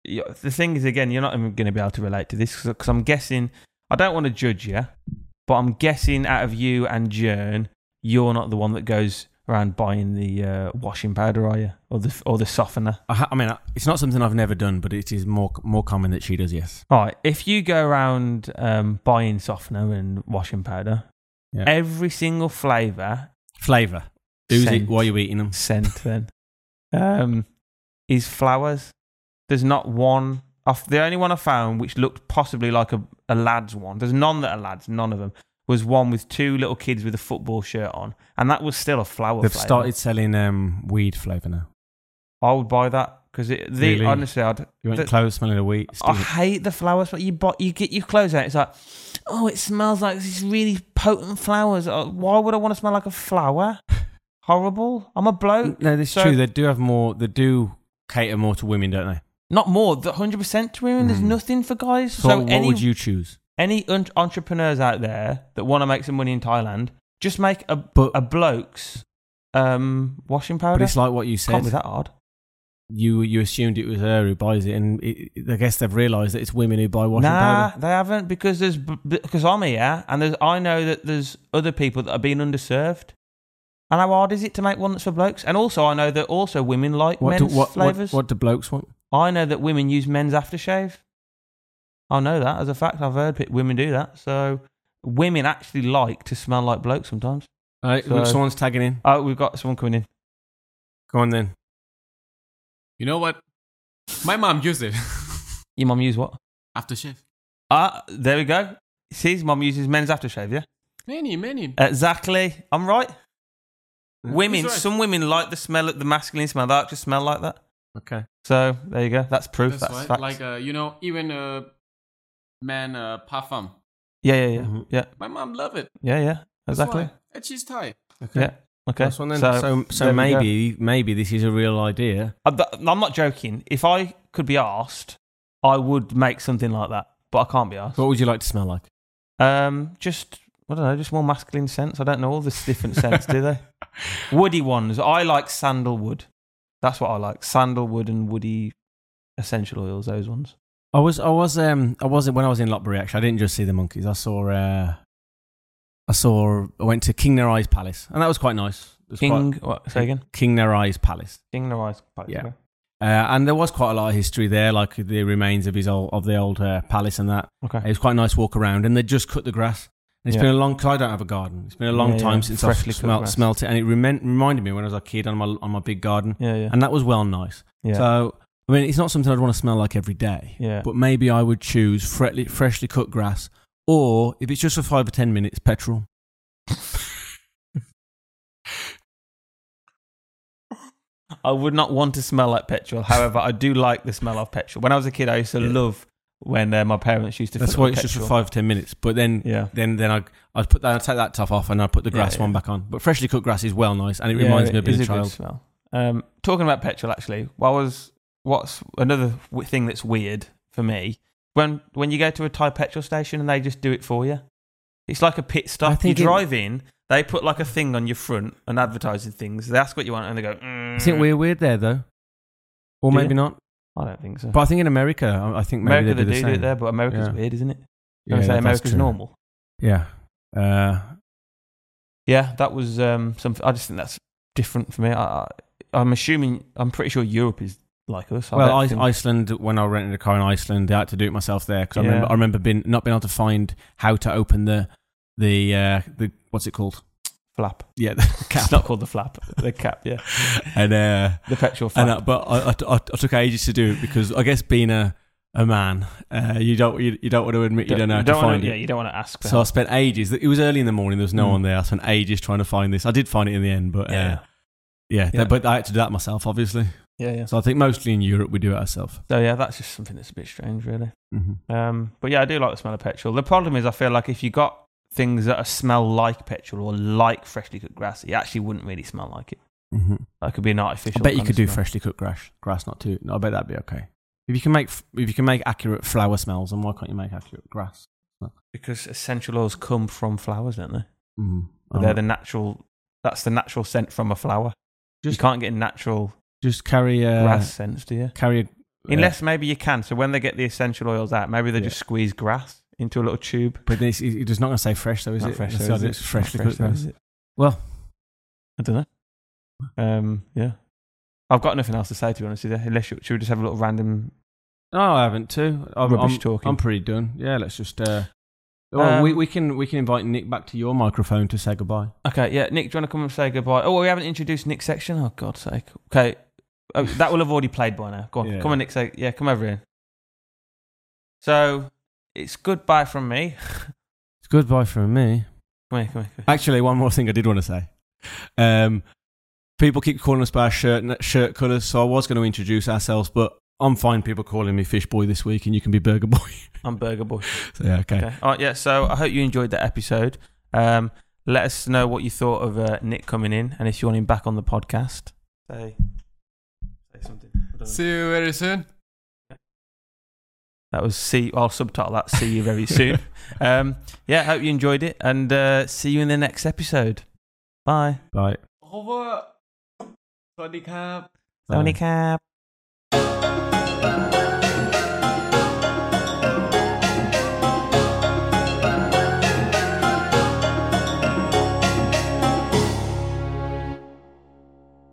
Speaker 2: y- the thing is again, you're not even going to be able to relate to this because I'm guessing I don't want to judge you, but I'm guessing out of you and Jern, you're not the one that goes around buying the uh, washing powder, are you, or the or the softener?
Speaker 1: I, ha- I mean, I- it's not something I've never done, but it is more more common that she does. Yes.
Speaker 2: All right, if you go around um, buying softener and washing powder,
Speaker 1: Yeah.
Speaker 2: every single flavour
Speaker 1: Flavor. Who's
Speaker 2: Scent.
Speaker 1: it? Why are you eating them?
Speaker 2: scent then um is flowers there's not one off the only one i found which looked possibly like a, a lad's one there's none that are lads none of them was one with two little kids with a football shirt on and that was still a flower
Speaker 1: They've
Speaker 2: flavour.
Speaker 1: started selling um, weed flavor now.
Speaker 2: i would buy that because the
Speaker 1: Really?
Speaker 2: honestly, I'd,
Speaker 1: You went
Speaker 2: the-
Speaker 1: clothes smelling of wheat.
Speaker 2: I
Speaker 1: Steve.
Speaker 2: hate the flowers. But you bought, you get your clothes out. It's like, oh, it smells like these really potent flowers. Uh, Why would I want to smell like a flower? Horrible. I'm a bloke.
Speaker 1: no, this is
Speaker 2: so-
Speaker 1: true. They do have more. They do cater more to women, don't they?
Speaker 2: Not more. The hundred percent to women. There's
Speaker 1: Mm.
Speaker 2: nothing for guys.
Speaker 1: So,
Speaker 2: So,
Speaker 1: what
Speaker 2: any
Speaker 1: would you choose?
Speaker 2: any un- entrepreneurs out there that want to make some money in Thailand, just make a
Speaker 1: But-
Speaker 2: a bloke's um, washing
Speaker 1: But
Speaker 2: powder.
Speaker 1: it's like what you
Speaker 2: Can't
Speaker 1: said.
Speaker 2: be that hard.
Speaker 1: You you assumed it was her who buys it, and it, it- I guess they've realised that it's women who buy washing
Speaker 2: nah,
Speaker 1: powder.
Speaker 2: they haven't because there's b- because I'm here and there's I know that there's other people that are being underserved. And how hard is it to make one that's for blokes? And also, I know that also women like
Speaker 1: What do
Speaker 2: men's
Speaker 1: what, what
Speaker 2: flavors.
Speaker 1: what do blokes want?
Speaker 2: I know that women use men's aftershave. I know that as a fact. I've heard pe- women do that. So women actually like to smell like blokes sometimes.
Speaker 1: All right,
Speaker 2: So-
Speaker 1: look, someone's tagging in.
Speaker 2: Oh, we've got someone coming in.
Speaker 1: Go on then.
Speaker 4: You know what? My mom used it
Speaker 2: Your mum use what?
Speaker 4: after chef.
Speaker 2: Ah, there we go. See, his mum uses men's aftershave. Yeah,
Speaker 4: Many, many.
Speaker 2: exactly. I'm right. Women,
Speaker 4: He's right.
Speaker 2: some women like the smell of the masculine smell. They like to smell like that.
Speaker 1: Okay.
Speaker 2: So there you go. That's proof.
Speaker 4: That's
Speaker 2: That's,
Speaker 4: why,
Speaker 2: facts.
Speaker 4: like uh, you know, even uh, man uh, parfum.
Speaker 2: yeah, yeah, yeah,
Speaker 1: Mhm.
Speaker 2: yeah,
Speaker 4: My mom love it.
Speaker 2: yeah, yeah.
Speaker 4: That's
Speaker 2: Exactly.
Speaker 4: why. And she's Thai.
Speaker 1: Okay.
Speaker 2: Yeah. Okay.
Speaker 1: Last one then. So
Speaker 2: So,
Speaker 1: so,
Speaker 2: there we go.
Speaker 1: maybe maybe this is a real idea.
Speaker 2: I- th- I'm not joking. If I could be asked, I would make something like that. But I can't be asked.
Speaker 1: What would you like to smell like?
Speaker 2: Um, just I don't know, just more masculine scents. I don't know all the different scents, do they? Woody ones. I like sandalwood. That's what I like. Sandalwood and woody essential oils. Those ones.
Speaker 1: I was, I was, um, I wasn't when I was in Lotbury. Actually, I didn't just see the monkeys. I saw, uh, I saw, I went to King Narai's palace, and that was quite nice. It was quite-
Speaker 2: King. What, say again.
Speaker 1: King Narai's palace,
Speaker 2: King the rice.
Speaker 1: Yeah. uh, and there was quite a lot of history there, like the remains of his old, of the old uh, palace and that.
Speaker 2: Okay.
Speaker 1: It was quite a nice walk around, and they just cut the grass. And It's
Speaker 2: Yeah.
Speaker 1: been a long. Cause I don't have a garden. It's been a long
Speaker 2: Yeah, yeah.
Speaker 1: time since
Speaker 2: Freshly
Speaker 1: I've
Speaker 2: cut
Speaker 1: smelt,
Speaker 2: grass.
Speaker 1: smelt it, and it remen- reminded me when I was a kid on my on my big garden,
Speaker 2: Yeah, yeah.
Speaker 1: and that was well nice.
Speaker 2: Yeah.
Speaker 1: So I mean, it's not something I'd want to smell like every day.
Speaker 2: yeah.
Speaker 1: but maybe I would choose freshly, freshly cut grass, or if it's just for five or ten minutes, petrol.
Speaker 2: I would not want to smell like petrol. However, I do like the smell of petrol. When I was a kid, I used to
Speaker 1: Yeah.
Speaker 2: love when uh, my parents used to.
Speaker 1: That's
Speaker 2: fill
Speaker 1: why
Speaker 2: up
Speaker 1: it's just for
Speaker 2: petrol.
Speaker 1: five or ten minutes. But then,
Speaker 2: Yeah.
Speaker 1: then, then I, I'd put that, I'd take that top off, and I'd put the
Speaker 2: Yeah,
Speaker 1: grass
Speaker 2: yeah.
Speaker 1: one back on. But freshly cut grass is well nice, and it reminds me of being a
Speaker 2: is good
Speaker 1: child.
Speaker 2: smell. Um, talking about petrol, actually, what was what's another w- thing that's weird for me when when you go to a Thai petrol station and they just do it for you. It's like a pit
Speaker 1: I
Speaker 2: stop. You
Speaker 1: think it-
Speaker 2: drive in, they put like a thing on your front and advertising things. They ask what you want and they go. Mm.
Speaker 1: Isn't it weird, weird there though? Or
Speaker 2: Do
Speaker 1: maybe
Speaker 2: you?
Speaker 1: not.
Speaker 2: I don't think so.
Speaker 1: But I think in America, I, I think maybe
Speaker 2: America,
Speaker 1: they do,
Speaker 2: they
Speaker 1: the
Speaker 2: do
Speaker 1: same.
Speaker 2: do it there, but America's
Speaker 1: Yeah.
Speaker 2: weird, isn't it?
Speaker 1: Yeah,
Speaker 2: Gonna say
Speaker 1: that's
Speaker 2: America's
Speaker 1: true.
Speaker 2: normal.
Speaker 1: Yeah. Uh,
Speaker 2: Yeah, that was um, something. I just think that's different for me. I, I, I'm assuming. I'm pretty sure Europe is like us. I
Speaker 1: well,
Speaker 2: don't
Speaker 1: I,
Speaker 2: think-
Speaker 1: Iceland. When I rented a car in Iceland, I had to do it myself there because I
Speaker 2: Yeah.
Speaker 1: remember I remember being, not being able to find how to open the the uh, the what's it called?
Speaker 2: flap.
Speaker 1: Yeah, the
Speaker 2: It's
Speaker 1: cap.
Speaker 2: not called the flap. The cap. Yeah,
Speaker 1: and uh,
Speaker 2: the petrol flap.
Speaker 1: and uh, but I, I, I took ages to do it because I guess being a a man, uh, you don't you, you don't want to admit you don't know how to
Speaker 2: wanna-
Speaker 1: find
Speaker 2: Yeah,
Speaker 1: it.
Speaker 2: you don't want to ask. For
Speaker 1: So I
Speaker 2: help.
Speaker 1: spent ages. It was early in the morning. There was no
Speaker 2: Mm.
Speaker 1: one there. I spent ages trying to find this. I did find it in the end, but uh, yeah,
Speaker 2: yeah, Yeah.
Speaker 1: that- but I had to do that myself, obviously.
Speaker 2: yeah, yeah.
Speaker 1: So I think mostly in Europe we do it ourselves.
Speaker 2: So yeah, that's just something that's a bit strange, really.
Speaker 1: Mm-hmm.
Speaker 2: Um, but yeah, I do like the smell of petrol. The problem is, I feel like if you got things that are smell like petrol or like freshly cut grass, it actually wouldn't really smell like it.
Speaker 1: Mm-hmm.
Speaker 2: That could be an artificial.
Speaker 1: I bet you
Speaker 2: kind
Speaker 1: could
Speaker 2: of
Speaker 1: do
Speaker 2: smell.
Speaker 1: freshly cut grass. Grass, not too. No, I bet that'd be okay. If you can make f- if you can make accurate flower smells, then why can't you make accurate grass?
Speaker 2: because essential oils come from flowers, don't they?
Speaker 1: Mm.
Speaker 2: But they're the natural. That's the natural scent from a flower.
Speaker 1: Just-
Speaker 2: you can't get natural
Speaker 1: Just carry a
Speaker 2: grass scents, do you?
Speaker 1: carry a uh,
Speaker 2: Unless maybe you can. So when they get the essential oils out, maybe they
Speaker 1: Yeah.
Speaker 2: just squeeze grass into a little tube.
Speaker 1: But it's, it- it's not going to say fresh, though, is
Speaker 2: Not
Speaker 1: it?
Speaker 2: fresh,
Speaker 1: That's
Speaker 2: though,
Speaker 1: the
Speaker 2: is
Speaker 1: idea,
Speaker 2: it?
Speaker 1: It's freshly
Speaker 2: Not fresh
Speaker 1: cooked.
Speaker 2: though,
Speaker 1: though.
Speaker 2: is it?
Speaker 1: Well-
Speaker 2: I don't know. Um, yeah, I've got nothing else to say to be honest with you. Unless you, should we just have a little random?
Speaker 1: No, I haven't too. I'm,
Speaker 2: Rubbish
Speaker 1: I'm,
Speaker 2: talking.
Speaker 1: I'm pretty done. Yeah, let's just. Uh, well, we,
Speaker 2: Um,
Speaker 1: we can we can invite Nick back to your microphone to say goodbye.
Speaker 2: Okay, yeah, Nick, do you want to come and say goodbye? Oh, we haven't introduced Nick's section. Oh God's sake. Okay, oh, that will have already played by now. Go on,
Speaker 1: Yeah.
Speaker 2: come on, Nick. Say yeah, come over here. So it's goodbye from me.
Speaker 1: It's goodbye from me.
Speaker 2: Come here, come here. Come here.
Speaker 1: Actually, one more thing I did want to say. Um, people keep calling us by our shirt shirt colours, so I was going to introduce ourselves, but I'm fine. People calling me Fish Boy this week, and you can be Burger Boy.
Speaker 2: I'm Burger Bush.
Speaker 1: so yeah, okay.
Speaker 2: Okay. All right, yeah. So I hope you enjoyed that episode. Um, let us know what you thought of uh, Nick coming in, and if you want him back on the podcast, say say something. I don't know.
Speaker 4: See you very soon.
Speaker 2: That was see. I'll subtitle that. See you very soon. um, yeah. Hope you enjoyed it, and uh, see you in the next episode. Bye.
Speaker 1: Bye.
Speaker 4: Over. สวัสดีครับ
Speaker 2: Tony Cap.
Speaker 1: Bye.